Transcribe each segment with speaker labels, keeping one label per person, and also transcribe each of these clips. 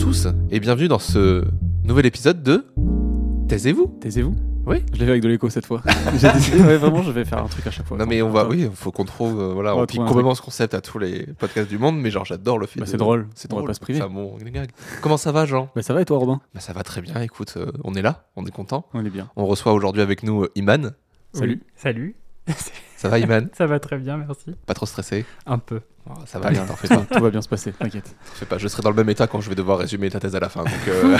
Speaker 1: tous et bienvenue dans ce nouvel épisode de Taisez-vous.
Speaker 2: Taisez-vous
Speaker 1: Oui.
Speaker 2: Je l'ai fait avec de l'écho cette fois. J'ai décidé, ouais, vraiment, je vais faire un truc à chaque fois.
Speaker 1: Non mais on va, oui, faut qu'on trouve, euh, voilà,
Speaker 2: On
Speaker 1: on,
Speaker 2: va
Speaker 1: pique
Speaker 2: trouver un
Speaker 1: complètement ce concept à tous les podcasts du monde, mais genre j'adore le fait.
Speaker 2: Bah,
Speaker 1: de-
Speaker 2: c'est drôle.
Speaker 1: c'est
Speaker 2: On va
Speaker 1: drôle.
Speaker 2: pas se priver.
Speaker 1: C'est un bon gag. Comment ça va, Jean
Speaker 2: Bah, ça va et toi, Robin
Speaker 1: Bah, ça va très bien. Écoute, euh, on est là, on est content.
Speaker 2: On est bien.
Speaker 1: On reçoit aujourd'hui avec nous euh, Iman.
Speaker 2: Salut.
Speaker 3: Oui, salut.
Speaker 1: Ça va, Iman
Speaker 3: Ça va très bien, merci.
Speaker 1: Pas trop stressé
Speaker 3: Un peu.
Speaker 1: Oh, Ça va, bien, t'en fais pas.
Speaker 2: Tout va bien se passer, t'inquiète.
Speaker 1: t'en fais pas. Je serai dans le même état quand je vais devoir résumer ta thèse à la fin. donc, euh,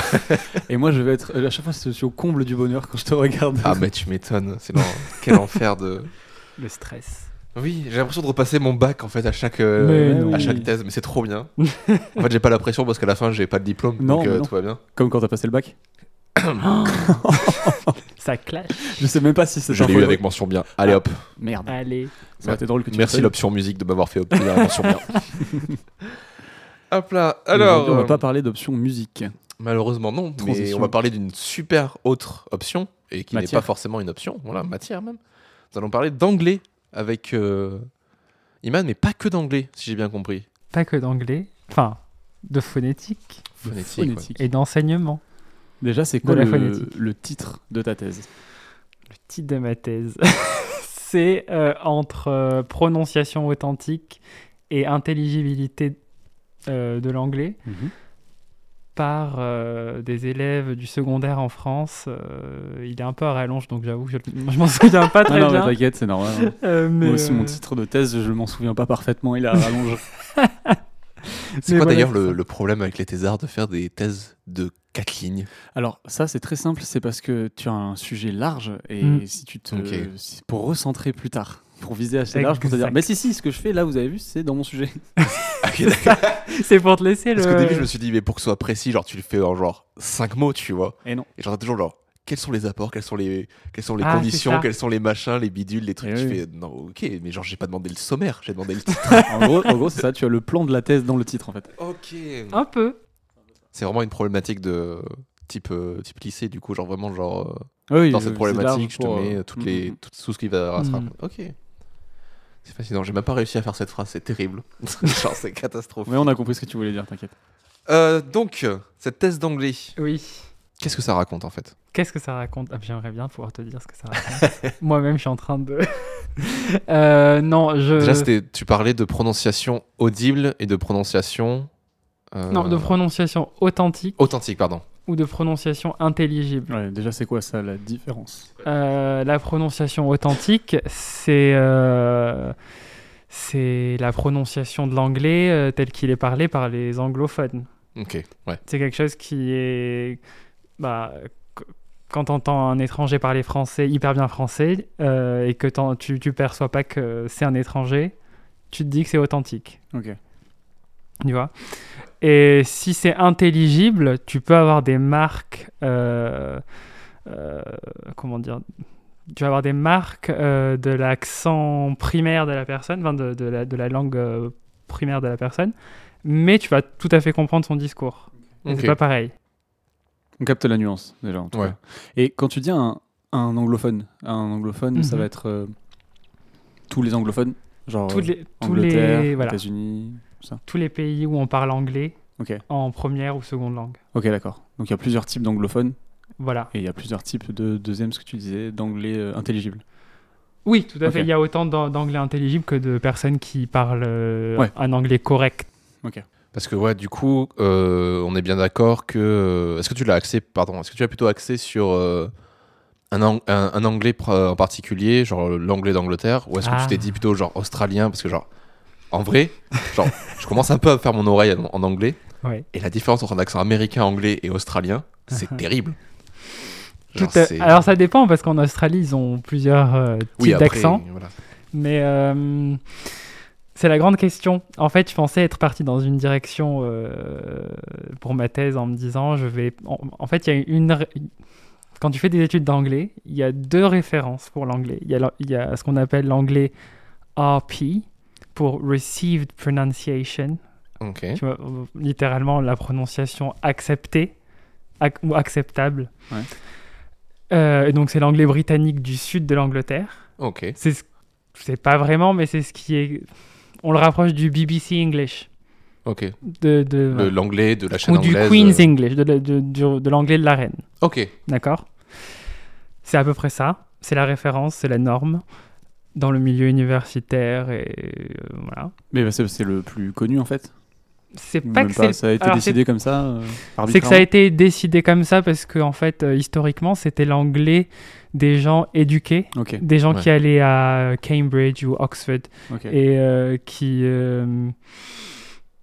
Speaker 2: Et moi, je vais être. euh, À chaque fois, je suis au comble du bonheur quand je te regarde.
Speaker 1: ah mais tu m'étonnes. C'est dans quel enfer de.
Speaker 3: Le stress.
Speaker 1: Oui, j'ai l'impression de repasser mon bac en fait à chaque, euh,
Speaker 3: Mais non.
Speaker 1: à chaque thèse, mais c'est trop bien. en fait, j'ai pas la pression parce qu'à la fin, j'ai pas de diplôme,
Speaker 2: Non,
Speaker 1: donc
Speaker 2: mais
Speaker 1: euh,
Speaker 2: non.
Speaker 1: tout va bien.
Speaker 2: Comme quand t'as passé le bac.
Speaker 3: Ça clash.
Speaker 2: Je sais même pas si c'est
Speaker 1: Je l'ai eu avec mention bien. Allez hop,
Speaker 2: Merde.
Speaker 3: Allez.
Speaker 2: Ça aurait été drôle que tu
Speaker 1: merci
Speaker 2: fasses.
Speaker 1: l'option musique de m'avoir fait obtenir la mention bien. hop là,
Speaker 2: Mais
Speaker 1: alors.
Speaker 2: aujourd'hui, On va
Speaker 1: euh,
Speaker 2: pas parler d'option musique.
Speaker 1: Malheureusement non, mais
Speaker 2: Transition.
Speaker 1: on va parler d'une super autre option et qui n'est
Speaker 2: Matière.
Speaker 1: pas forcément une option, voilà, matière même. Nous allons parler d'anglais avec euh, Iman, mais pas que d'anglais, si j'ai bien compris.
Speaker 3: Pas que d'anglais. Enfin, de phonétique
Speaker 1: Phonétique. ouais.
Speaker 3: et d'enseignement.
Speaker 2: Déjà, c'est quoi
Speaker 3: De la
Speaker 2: le,
Speaker 3: phonétique.
Speaker 2: le titre de ta thèse
Speaker 3: Le titre de ma thèse. C'est euh, entre euh, prononciation authentique et intelligibilité euh, de l'anglais
Speaker 2: Mhm. Ah
Speaker 3: par euh, des élèves du secondaire en France. Euh, il est un peu à rallonge, donc j'avoue que je, je m'en souviens pas
Speaker 2: Ah
Speaker 3: très
Speaker 2: non, mais
Speaker 3: bien.
Speaker 2: t'inquiète, c'est normal.
Speaker 3: Euh, mais,
Speaker 2: Moi aussi, mon
Speaker 3: euh,
Speaker 2: titre de thèse, je m'en souviens pas parfaitement. Il est à rallonge.
Speaker 1: C'est
Speaker 3: Mais
Speaker 1: quoi
Speaker 3: voilà,
Speaker 1: d'ailleurs
Speaker 3: c'est
Speaker 1: le, le problème avec les thésards de faire des thèses de quatre lignes
Speaker 2: Alors ça c'est très simple, c'est parce que tu as un sujet large et
Speaker 3: Mm.
Speaker 2: si tu te
Speaker 1: Ok.
Speaker 2: si- pour recentrer plus tard, pour viser assez large pour te dire
Speaker 3: Exact.
Speaker 2: mais si si ce que je fais là vous avez vu c'est dans mon sujet.
Speaker 3: C'est pour te laisser le.
Speaker 1: Parce qu'au début, je me suis dit, mais pour que ce soit précis, genre tu le fais en genre cinq mots, tu vois.
Speaker 2: Et non.
Speaker 1: Et j'entends toujours genre. Quels sont les apports Quelles sont les, quelles sont les
Speaker 3: Ah, c'est
Speaker 1: conditions
Speaker 3: ça.
Speaker 1: Quels sont les machins, les bidules, les trucs
Speaker 2: Eh
Speaker 1: Je
Speaker 2: oui.
Speaker 1: fais non, ok, mais genre j'ai pas demandé le sommaire, j'ai demandé le titre.
Speaker 2: en gros, en gros, c'est ça, tu as le plan de la thèse dans le titre en fait.
Speaker 1: ok.
Speaker 2: Hein
Speaker 3: Un peu.
Speaker 1: C'est vraiment une problématique de type, euh, type lycée, du coup, genre vraiment, genre euh,
Speaker 2: Oui,
Speaker 1: dans
Speaker 2: je-
Speaker 1: cette
Speaker 2: c'est large
Speaker 1: problématique, je te
Speaker 2: pour, euh,
Speaker 1: mets euh, toutes
Speaker 2: mm,
Speaker 1: les,
Speaker 2: mm.
Speaker 1: tout, tout ce qui va se
Speaker 3: Mm.
Speaker 1: raconter. Ok. C'est fascinant, j'ai même pas réussi à faire cette phrase, c'est terrible. genre, c'est catastrophique.
Speaker 2: Mais on a compris ce que tu voulais dire, t'inquiète.
Speaker 1: Euh, donc, cette thèse d'anglais,
Speaker 3: Oui.
Speaker 1: qu'est-ce que ça raconte en fait
Speaker 3: Qu'est-ce que ça raconte Ah, J'aimerais bien pouvoir te dire ce que ça raconte. Moi-même, je suis en train de. Euh, non, je.
Speaker 1: Déjà, c'était- tu parlais de prononciation audible et de prononciation. euh,
Speaker 3: non, de prononciation authentique
Speaker 1: Authentique, pardon.
Speaker 3: ou de prononciation intelligible.
Speaker 2: Ouais, déjà c'est quoi ça la différence
Speaker 3: Euh, la prononciation authentique, c'est. euh, C'est la prononciation de l'anglais euh, tel qu'il est parlé par les anglophones.
Speaker 1: Ok, ouais.
Speaker 3: C'est quelque chose qui est. Bah, qu- quand t'entends un étranger parler français, hyper bien français, euh, et que t'en- tu, tu perçois pas que c'est un étranger, tu te dis que c'est authentique.
Speaker 2: OK.
Speaker 3: Tu vois Et si c'est intelligible, tu peux avoir des marques. euh, euh, comment dire tu vas avoir des marques euh, de l'accent primaire de la personne, enfin, de, de la, de la langue euh, primaire de la personne, mais tu vas tout à fait comprendre son discours. Et
Speaker 1: Ok.
Speaker 3: C'est pas pareil.
Speaker 2: On capte la nuance déjà en tout
Speaker 1: Ouais.
Speaker 2: cas. Et quand tu dis un, un anglophone, un anglophone ça
Speaker 3: Mhm.
Speaker 2: va être euh, tous les anglophones, genre euh,
Speaker 3: Tous les, tous,
Speaker 2: Angleterre,
Speaker 3: les, voilà,
Speaker 2: États-Unis, tout ça.
Speaker 3: tous les pays où on parle anglais
Speaker 2: Ok.
Speaker 3: en première ou seconde langue.
Speaker 2: Ok, d'accord. Donc il y a plusieurs types d'anglophones
Speaker 3: Voilà.
Speaker 2: et il y a plusieurs types de deuxième, ce que tu disais, d'anglais euh, intelligible.
Speaker 3: Oui, tout à
Speaker 2: Ok.
Speaker 3: fait. Il y a autant d'an- d'anglais intelligible que de personnes qui parlent euh,
Speaker 2: Ouais.
Speaker 3: un anglais correct.
Speaker 1: Parce que, ouais, du coup, euh, on est bien d'accord que. euh, Est-ce que tu l'as axé, pardon, est-ce que tu as plutôt axé sur euh, un, ang- un- un anglais pr- en particulier, genre l'anglais d'Angleterre, ou est-ce que
Speaker 3: Ah.
Speaker 1: tu t'es dit plutôt genre australien Parce que, genre, en vrai, genre, je commence un peu à faire mon oreille en, en anglais,
Speaker 3: Ouais.
Speaker 1: et la différence entre un accent américain, anglais et australien, c'est terrible. Genre,
Speaker 3: Uh-huh. Tout à-
Speaker 1: c'est-
Speaker 3: Alors ça dépend parce qu'en Australie ils ont plusieurs euh, types
Speaker 1: oui, après,
Speaker 3: d'accents,
Speaker 1: voilà.
Speaker 3: mais euh, c'est la grande question. En fait, je pensais être parti dans une direction euh, pour ma thèse en me disant je vais. En, en fait, il y a une ré- quand tu fais des études d'anglais, il y a deux références pour l'anglais. Il y a, la- il y a ce qu'on appelle l'anglais RP pour Received Pronunciation,
Speaker 1: Ok.
Speaker 3: tu vois, euh, littéralement la prononciation acceptée ac- ou acceptable.
Speaker 2: Ouais.
Speaker 3: Euh, et donc c'est l'anglais britannique du sud de l'Angleterre.
Speaker 1: Ok.
Speaker 3: C'est ce- c'est pas vraiment, mais c'est ce qui est. On le rapproche du BBC English.
Speaker 1: Ok.
Speaker 3: de, de-
Speaker 1: Le- L'anglais de la chaîne
Speaker 3: ou du
Speaker 1: anglaise.
Speaker 3: Queen's
Speaker 1: euh,
Speaker 3: English, de, la- de- du- de l'anglais de la reine.
Speaker 1: Ok.
Speaker 3: D'accord C'est à peu près ça. C'est la référence, c'est la norme dans le milieu universitaire et euh, voilà.
Speaker 2: Mais bah, c'est c'est le plus connu en fait.
Speaker 3: C'est
Speaker 2: Ou
Speaker 3: pas
Speaker 2: même
Speaker 3: que c'est
Speaker 2: ça a été
Speaker 3: alors, c'est-
Speaker 2: décidé comme ça. euh,
Speaker 3: C'est que ça
Speaker 2: arbitrairement.
Speaker 3: a été décidé comme ça parce que, en fait, euh, historiquement, c'était l'anglais des gens éduqués,
Speaker 2: Ok.
Speaker 3: des gens qui allaient à Cambridge ou Oxford
Speaker 2: ok.
Speaker 3: et euh, qui. euh,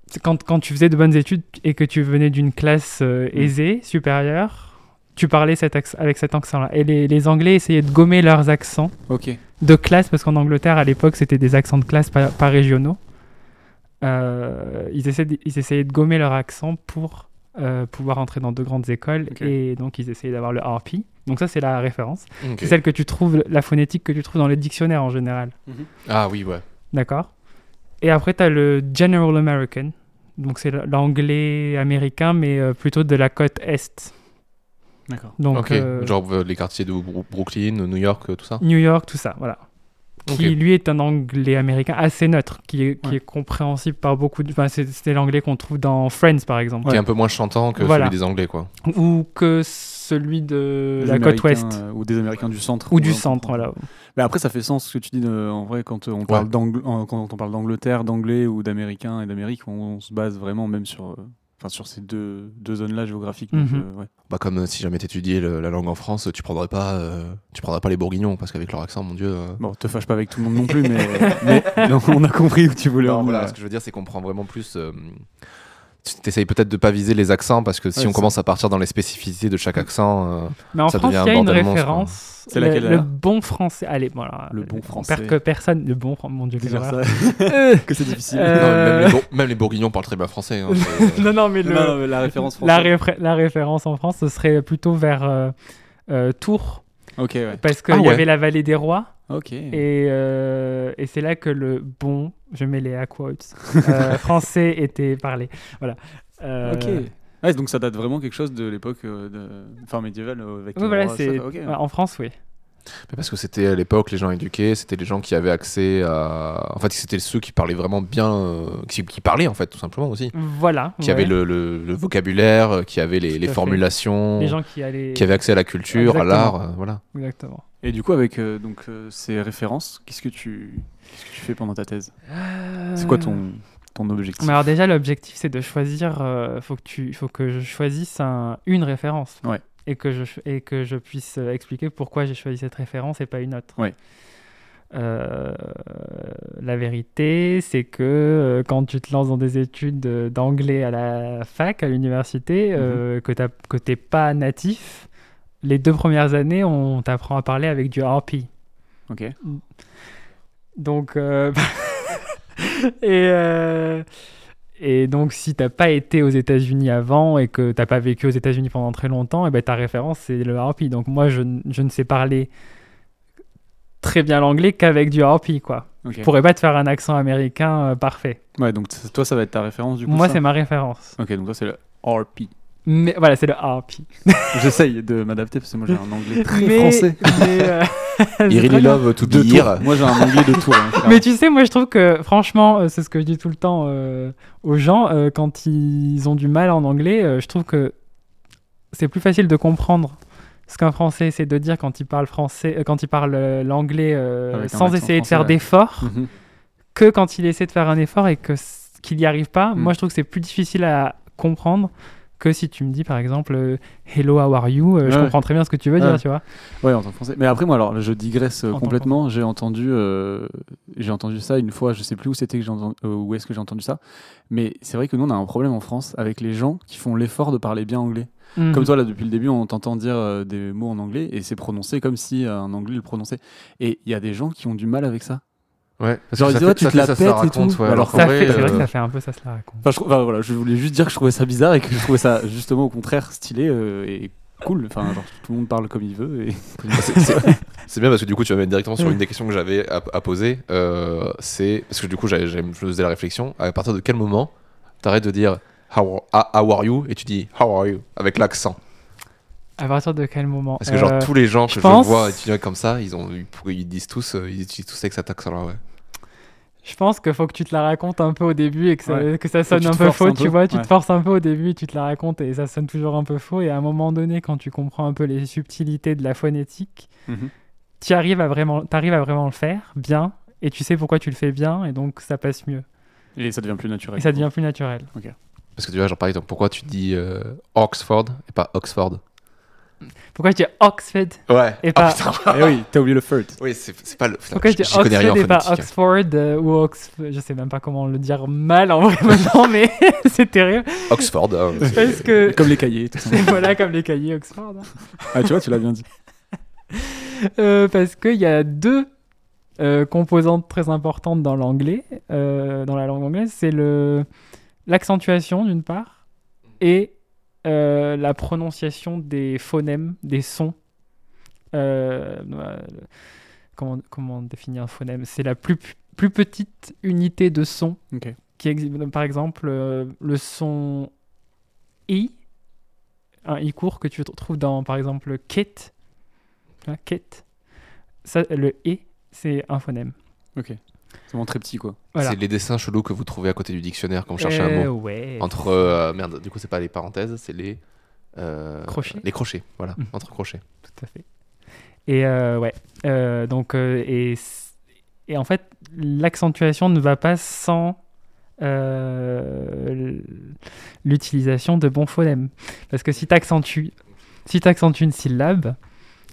Speaker 3: c'est quand, quand tu faisais de bonnes études et que tu venais d'une classe euh,
Speaker 2: Mm.
Speaker 3: aisée, supérieure, tu parlais cet acc- avec cet accent-là. Et les, les Anglais essayaient de gommer leurs accents
Speaker 2: Ok.
Speaker 3: de classe, parce qu'en Angleterre, à l'époque, c'était des accents de classe pas, pas régionaux. Euh, ils, essaient de- ils essayaient de gommer leur accent pour euh, pouvoir entrer dans de grandes écoles,
Speaker 2: Ok.
Speaker 3: et donc ils essayaient d'avoir le RP. Donc ça, c'est la référence.
Speaker 1: ok.
Speaker 3: C'est celle que tu trouves, la phonétique que tu trouves dans les dictionnaires en général.
Speaker 1: Ah oui, ouais.
Speaker 3: D'accord Et après, tu as le General American. Donc c'est l'anglais américain, mais euh, plutôt de la côte Est.
Speaker 2: D'accord.
Speaker 3: Donc
Speaker 1: ok.
Speaker 3: euh,
Speaker 1: Genre euh, les quartiers de Brou- Brooklyn, New York, euh, tout ça.
Speaker 3: New York, tout ça, voilà. Qui,
Speaker 1: Ok.
Speaker 3: lui, est un anglais américain assez neutre, qui est, qui
Speaker 2: Ouais.
Speaker 3: est compréhensible par beaucoup de... Enfin, c'est c'est l'anglais qu'on trouve dans Friends, par exemple.
Speaker 1: Qui est un peu moins chantant que
Speaker 3: Voilà.
Speaker 1: celui des Anglais, quoi.
Speaker 3: Ou que celui de
Speaker 2: Des
Speaker 3: la côte
Speaker 2: Américains,
Speaker 3: ouest.
Speaker 2: euh, ou des Américains du centre.
Speaker 3: Ou du
Speaker 2: on
Speaker 3: centre,
Speaker 2: comprend.
Speaker 3: voilà.
Speaker 2: Mais après, ça fait sens ce que tu dis de- en vrai quand euh, on parle d'Angl- en- quand on parle d'Angleterre, d'anglais ou d'Américains et d'Amérique, on, on se base vraiment même sur, euh, enfin sur ces deux, deux zones-là géographiques. donc,
Speaker 3: Mhm.
Speaker 2: euh, ouais.
Speaker 1: Bah comme euh, si jamais t'étudiais le- la langue en France, tu prendrais pas, euh, tu prendrais pas les Bourguignons parce qu'avec leur accent, mon dieu. euh,
Speaker 2: Bon, te fâche pas avec tout le monde non plus, mais, euh, mais non, on a compris où tu voulais.
Speaker 1: Non,
Speaker 2: en venir.
Speaker 1: voilà, ce que je veux dire, c'est qu'on prend vraiment plus. euh, tu- T'essayes peut-être de pas viser les accents parce que si
Speaker 2: Ouais,
Speaker 1: on
Speaker 2: c'est
Speaker 1: commence à partir dans les spécificités de chaque accent, euh,
Speaker 3: Mais en
Speaker 1: Ça
Speaker 3: France,
Speaker 1: devient un
Speaker 3: il y a une
Speaker 1: bordel monstre, hein.
Speaker 3: référence.
Speaker 2: C'est
Speaker 3: le-
Speaker 2: laquelle,
Speaker 3: le,
Speaker 2: alors
Speaker 3: bon français. Allez, bon, alors,
Speaker 2: Le bon
Speaker 3: on
Speaker 2: français.
Speaker 3: perd que personne... Le bon... fran- Mon Dieu,
Speaker 2: C'est
Speaker 3: les
Speaker 2: vers
Speaker 3: horreurs.
Speaker 2: ça que c'est difficile.
Speaker 3: Euh,
Speaker 1: non, même, les Bour- même les Bourguignons parlent très bien français. hein, c'est-
Speaker 3: Non, non, mais le...
Speaker 2: Non, non, mais la référence
Speaker 3: La,
Speaker 2: française.
Speaker 3: réfé- la référence en France, ce serait plutôt vers euh, euh, Tours,
Speaker 2: Ok, ouais. Mm.
Speaker 3: parce qu'il
Speaker 1: Ah
Speaker 3: y
Speaker 1: ouais.
Speaker 3: avait la vallée des rois,
Speaker 2: Ok.
Speaker 3: et, euh, et c'est là que le bon, je mets les à quotes, euh, français était parlé. Voilà. Euh,
Speaker 2: Ok. Ouais, donc ça date vraiment quelque chose de l'époque euh, de... enfin médiévale euh, avec.
Speaker 3: oui,
Speaker 2: les
Speaker 3: voilà,
Speaker 2: rois,
Speaker 3: c'est
Speaker 2: ça- ok.
Speaker 3: ouais, en France, oui.
Speaker 1: Mais Parce que c'était à l'époque les gens éduqués, c'était les gens qui avaient accès à. En fait, c'était ceux qui parlaient vraiment bien, euh, qui, qui parlaient en fait tout simplement aussi,
Speaker 3: Voilà.
Speaker 1: qui
Speaker 3: ouais.
Speaker 1: avaient le, le- le vocabulaire, euh, qui avaient
Speaker 3: Tout
Speaker 1: les, les
Speaker 3: à fait.
Speaker 1: formulations,
Speaker 3: les gens qui allaient.
Speaker 1: qui avaient accès à la culture, à
Speaker 3: Exactement.
Speaker 1: l'art, euh, voilà.
Speaker 3: Exactement.
Speaker 2: Et du coup, avec euh, donc, euh, ces références, qu'est-ce que, tu... qu'est-ce que tu fais pendant ta thèse C'est quoi
Speaker 3: Euh,
Speaker 2: ton, ton objectif
Speaker 3: Mais alors déjà, l'objectif, c'est de choisir. euh, faut que tu, faut que je choisisse un- une référence.
Speaker 2: Ouais.
Speaker 3: Et que je et que je puisse euh, expliquer pourquoi j'ai choisi cette référence et pas une autre.
Speaker 2: Ouais.
Speaker 3: Euh, la vérité, c'est que euh, quand tu te lances dans des études euh, d'anglais à la fac, à l'université,
Speaker 2: Mhm.
Speaker 3: euh, que t'as- que t'es pas natif, les deux premières années, on t'apprend à parler avec du RP.
Speaker 2: Ok.
Speaker 3: Donc, euh, et, euh, et donc, si t'as pas été aux États-Unis avant et que t'as pas vécu aux États-Unis pendant très longtemps, et ben ta référence c'est le harpy. Donc moi, je, n- je ne sais parler très bien l'anglais qu'avec du harpy, quoi.
Speaker 2: ok.
Speaker 3: Je pourrais pas te faire un accent américain euh, parfait.
Speaker 2: Ouais, donc t- toi, ça va être ta référence du coup.
Speaker 3: moi,
Speaker 2: ça
Speaker 3: c'est ma référence.
Speaker 2: Ok, donc toi, c'est le RP.
Speaker 3: Mais voilà, c'est le harpy.
Speaker 2: J'essaye de m'adapter parce que moi, j'ai un anglais très
Speaker 3: Mais-
Speaker 2: français.
Speaker 3: mais, euh, c'est très bien.
Speaker 1: love to
Speaker 2: De Tours. Moi, j'ai un anglais de hein, tour.
Speaker 3: Mais tu sais, moi je trouve que franchement, euh, c'est ce que je dis tout le temps euh, aux gens euh, quand ils ont du mal en anglais. euh, je trouve que c'est plus facile de comprendre ce qu'un Français essaie de dire quand il parle français, euh, quand il parle euh, l'anglais euh,
Speaker 2: Avec un
Speaker 3: sans
Speaker 2: accent
Speaker 3: essayer de
Speaker 2: français,
Speaker 3: faire
Speaker 2: ouais. Mm.
Speaker 3: d'efforts
Speaker 2: Mhm.
Speaker 3: que quand il essaie de faire un effort et que c- qu'il n'y arrive pas.
Speaker 2: Mm.
Speaker 3: Moi, je trouve que c'est plus difficile à comprendre que si tu me dis par exemple euh, Hello, how are you Euh, Je
Speaker 2: Ouais.
Speaker 3: comprends très bien ce que tu veux
Speaker 2: Ouais.
Speaker 3: dire, tu vois.
Speaker 2: Ouais, en tant que français. Mais après, moi, alors, je digresse euh,
Speaker 3: En tant que
Speaker 2: complètement. J'ai entendu, euh, j'ai entendu ça une fois. Je sais plus où c'était que j'ai entendu- euh, où est-ce que j'ai entendu ça. Mais c'est vrai que nous, on a un problème en France avec les gens qui font l'effort de parler bien anglais. Comme
Speaker 3: Mhm.
Speaker 2: toi, là, depuis le début, on t'entend dire euh, des mots en anglais et c'est prononcé comme si euh, un anglais le prononçait. Et il y a des gens qui ont du mal avec ça.
Speaker 1: Ouais, parce
Speaker 2: Genre,
Speaker 1: que
Speaker 2: ils
Speaker 1: ça
Speaker 2: disent,
Speaker 3: oh,
Speaker 1: fait-
Speaker 2: ouais, tu
Speaker 1: ça
Speaker 2: te la
Speaker 1: fait- ça se
Speaker 2: pètes et
Speaker 1: raconte,
Speaker 2: tout.
Speaker 1: ouais,
Speaker 2: Alors
Speaker 1: alors
Speaker 2: qu'en
Speaker 1: qu'en
Speaker 3: Ça
Speaker 1: vrai,
Speaker 3: fait- c'est vrai que
Speaker 1: euh,
Speaker 3: ça fait un peu ça se la raconte.
Speaker 2: Enfin, je, trou- enfin, voilà, je voulais juste dire que je trouvais ça bizarre et que je trouvais ça justement au contraire stylé euh, et cool. Enfin, genre, tout le monde parle comme il veut. Et...
Speaker 1: C'est- c'est- C'est bien parce que du coup tu m'amènes directement sur une des questions que j'avais à, à poser. Euh, c'est parce que du coup j'avais- j'avais- je faisais la réflexion. À partir de quel moment t'arrêtes de dire how are, how are you et tu dis how are you avec l'accent
Speaker 3: À partir de quel moment
Speaker 1: Parce que genre
Speaker 3: Euh,
Speaker 1: tous les gens que
Speaker 3: je
Speaker 1: je,
Speaker 3: pense-
Speaker 1: vois étudier comme ça, ils ont ils, ils disent tous euh, ils utilisent tous avec cet accent là. Ouais.
Speaker 3: Je pense qu'il faut que tu te la racontes un peu au début et que ça,
Speaker 2: Ouais.
Speaker 3: que ça sonne
Speaker 2: tu
Speaker 3: un
Speaker 2: te
Speaker 3: peu
Speaker 2: forces
Speaker 3: faux,
Speaker 2: un
Speaker 3: tu
Speaker 2: peu,
Speaker 3: vois. Tu
Speaker 2: ouais.
Speaker 3: te forces un peu au début et tu te la racontes et ça sonne toujours un peu faux. Et à un moment donné, quand tu comprends un peu les subtilités de la phonétique,
Speaker 2: Mhm.
Speaker 3: tu arrives à vraiment, t'arrives à vraiment le faire bien et tu sais pourquoi tu le fais bien et donc ça passe mieux.
Speaker 2: Et ça devient plus naturel.
Speaker 3: Et ça devient plus naturel.
Speaker 1: Parce que tu vois, genre par exemple, pourquoi tu dis euh, Oxford et pas Oxford
Speaker 3: Pourquoi je dis Oxford
Speaker 1: Ouais.
Speaker 3: Et pas-
Speaker 2: Eh oui, t'as oublié le flirt.
Speaker 1: Ah, oui, c'est c'est pas le. putain,
Speaker 3: Pourquoi je dis
Speaker 1: j'y connais rien
Speaker 3: Oxford
Speaker 1: en
Speaker 3: et pas
Speaker 1: phonétique.
Speaker 3: Oxford euh, ou Oxford Je sais même pas comment le dire mal en vrai maintenant, mais c'est terrible.
Speaker 1: Oxford. hein, c'est-
Speaker 3: Parce que
Speaker 2: Comme les cahiers. tout ça.
Speaker 3: c'est voilà comme les cahiers Oxford. hein.
Speaker 2: ah, tu vois, tu l'as bien dit.
Speaker 3: Euh, parce qu'il y a deux euh, composantes très importantes dans l'anglais, euh, dans la langue anglaise, c'est le l'accentuation d'une part et euh, la prononciation des phonèmes, des sons. Euh, euh, comment, comment définir un phonème C'est la plus, plus petite unité de son
Speaker 2: Ok.
Speaker 3: qui existe. Par exemple, euh, le son i, un i court que tu t- trouves dans, par exemple, kit. Tu vois, Kit. Ça, le i, c'est un phonème.
Speaker 2: Ok. C'est vraiment très petit, quoi.
Speaker 3: Voilà.
Speaker 1: C'est les dessins chelous que vous trouvez à côté du dictionnaire quand vous cherchez un
Speaker 3: Euh,
Speaker 1: mot.
Speaker 3: ouais.
Speaker 1: Entre. euh, merde, du coup, c'est pas les parenthèses, c'est les. euh,
Speaker 3: Crochets.
Speaker 1: Les crochets, voilà.
Speaker 3: Mhm.
Speaker 1: Entre crochets.
Speaker 3: Tout à fait. Et euh, ouais. Euh, donc, euh, et, s- et en fait, l'accentuation ne va pas sans euh, l- l'utilisation de bons phonèmes. Parce que si tu accentues, si t'accentues une syllabe,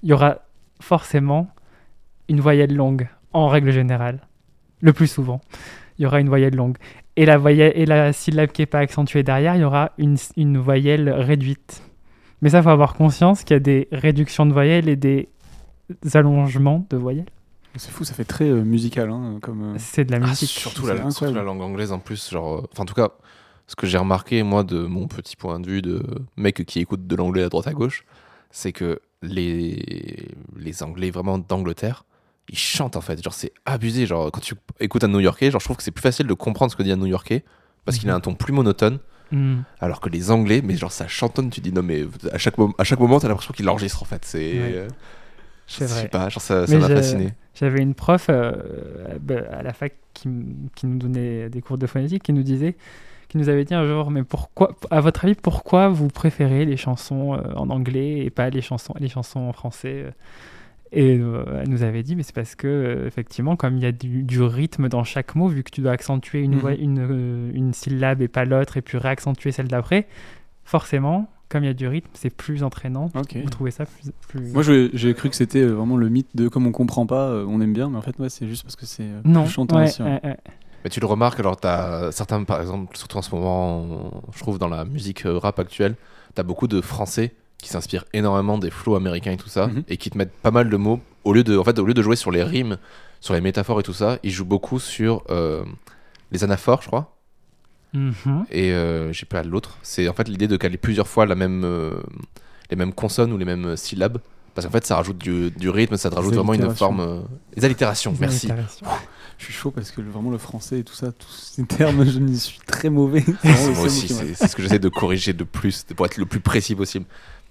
Speaker 3: il y aura forcément une voyelle longue, en règle générale. Le plus souvent, il y aura une voyelle longue. Et la, voyelle, et la syllabe qui n'est pas accentuée derrière, il y aura une, s- une voyelle réduite. Mais ça, faut avoir conscience qu'il y a des réductions de voyelles et des allongements de voyelles.
Speaker 2: C'est fou, ça fait très euh, musical, hein, comme. euh,
Speaker 3: C'est de la
Speaker 1: Ah,
Speaker 3: musique.
Speaker 1: surtout, la,
Speaker 2: c'est
Speaker 1: surtout
Speaker 2: incroyable.
Speaker 1: la langue anglaise en plus. Genre, euh, enfin, en tout cas, ce que j'ai remarqué, moi, de mon petit point de vue de mec qui écoute de l'anglais à droite à gauche, c'est que les, les Anglais vraiment d'Angleterre, ils chantent en fait. Genre, c'est abusé. Genre, quand tu écoutes un New Yorkais, genre, je trouve que c'est plus facile de comprendre ce que dit un New Yorkais parce
Speaker 3: Mhm.
Speaker 1: qu'il a un ton plus monotone.
Speaker 3: Mm.
Speaker 1: Alors que les Anglais, mais genre ça chantonne, tu dis non, mais à chaque, mom- à chaque moment, t'as l'impression qu'ils l'enregistrent en fait. C'est.
Speaker 3: Ouais.
Speaker 1: euh,
Speaker 3: C'est
Speaker 1: je sais
Speaker 3: vrai.
Speaker 1: pas, genre ça ça
Speaker 3: Mais
Speaker 1: m'a
Speaker 3: je-
Speaker 1: fasciné.
Speaker 3: J'avais une prof euh, bah, à la fac qui, m- qui nous donnait des cours de phonétique, qui nous disait, qui nous avait dit un jour, mais pourquoi, à votre avis, pourquoi vous préférez les chansons euh, en anglais et pas les chansons, les chansons en français euh Et euh, elle nous avait dit, mais c'est parce que euh, effectivement, comme il y a du, du rythme dans chaque mot, vu que tu dois accentuer une,
Speaker 2: Mhm.
Speaker 3: voie- une, euh, une syllabe et pas l'autre, et puis réaccentuer celle d'après, forcément, comme il y a du rythme, c'est plus entraînant.
Speaker 2: Ok.
Speaker 3: Vous trouvez ça plus, plus...
Speaker 2: Moi, je- j'ai cru que c'était euh, vraiment le mythe de comme on comprend pas, euh, on aime bien, mais en fait, ouais, c'est juste parce que c'est euh,
Speaker 3: non,
Speaker 2: plus chantant
Speaker 3: ouais,
Speaker 2: aussi, ouais.
Speaker 3: ouais, ouais.
Speaker 1: Mais tu le remarques, alors t'as certains, par exemple, surtout en ce moment, je trouve dans la musique euh, rap actuelle, t'as beaucoup de Français qui s'inspirent énormément des flots américains et tout ça,
Speaker 2: Mhm.
Speaker 1: et qui te mettent pas mal de mots. Au lieu de, en fait, au lieu de jouer sur les rimes, sur les métaphores et tout ça, ils jouent beaucoup sur euh, les anaphores, je crois.
Speaker 3: Mhm.
Speaker 1: et euh, j'ai pas l'autre. C'est en fait l'idée de caler plusieurs fois la même, euh, les mêmes consonnes ou les mêmes syllabes. Parce qu'en fait, ça rajoute du, du rythme, ça te rajoute vraiment une
Speaker 2: allitérations.
Speaker 1: forme. euh, Les allitérations, merci.
Speaker 3: Intéressant.
Speaker 2: Je suis chaud parce que le- vraiment le français et tout ça, tous ces termes, je n'y suis très mauvais. C'est
Speaker 1: Ah C'est
Speaker 2: vraiment le
Speaker 1: moi
Speaker 2: seul
Speaker 1: aussi,
Speaker 2: mot qui
Speaker 1: c'est
Speaker 2: m'a-
Speaker 1: c'est ce que j'essaie de corriger de plus, de- pour être le plus précis possible.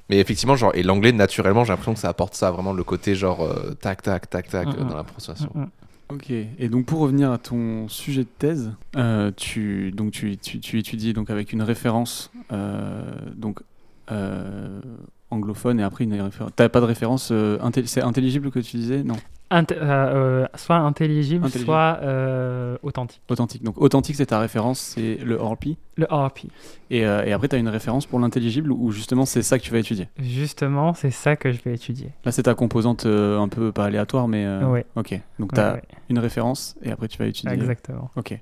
Speaker 1: Mais effectivement, genre, et l'anglais, naturellement, j'ai l'impression que ça apporte ça, vraiment le côté genre euh, tac, tac, tac, tac,
Speaker 3: Mm,
Speaker 1: euh,
Speaker 3: mm.
Speaker 1: dans la prononciation.
Speaker 3: Mm, mm.
Speaker 2: Ok. Et donc pour revenir à ton sujet de thèse, euh, tu donc tu, tu- tu étudies donc avec une référence euh, donc euh, anglophone et après une référence. T'as pas de référence. euh, intel- c'est intelligible que tu disais Non.
Speaker 3: Int- euh, euh, soit intelligible,
Speaker 2: Intelligible.
Speaker 3: soit euh, authentique.
Speaker 2: Authentique. Donc authentique, c'est ta référence, c'est le Orpi.
Speaker 3: Le RP.
Speaker 2: Et, euh, et après, tu as une référence pour l'intelligible où justement c'est ça que tu vas étudier.
Speaker 3: Justement, c'est ça que je vais étudier.
Speaker 2: Là, c'est ta composante euh, un peu pas aléatoire, mais. euh,
Speaker 3: Ouais.
Speaker 2: Ok. Donc,
Speaker 3: Ouais,
Speaker 2: tu as
Speaker 3: ouais,
Speaker 2: une référence et après, tu vas étudier.
Speaker 3: exactement.
Speaker 2: Ok.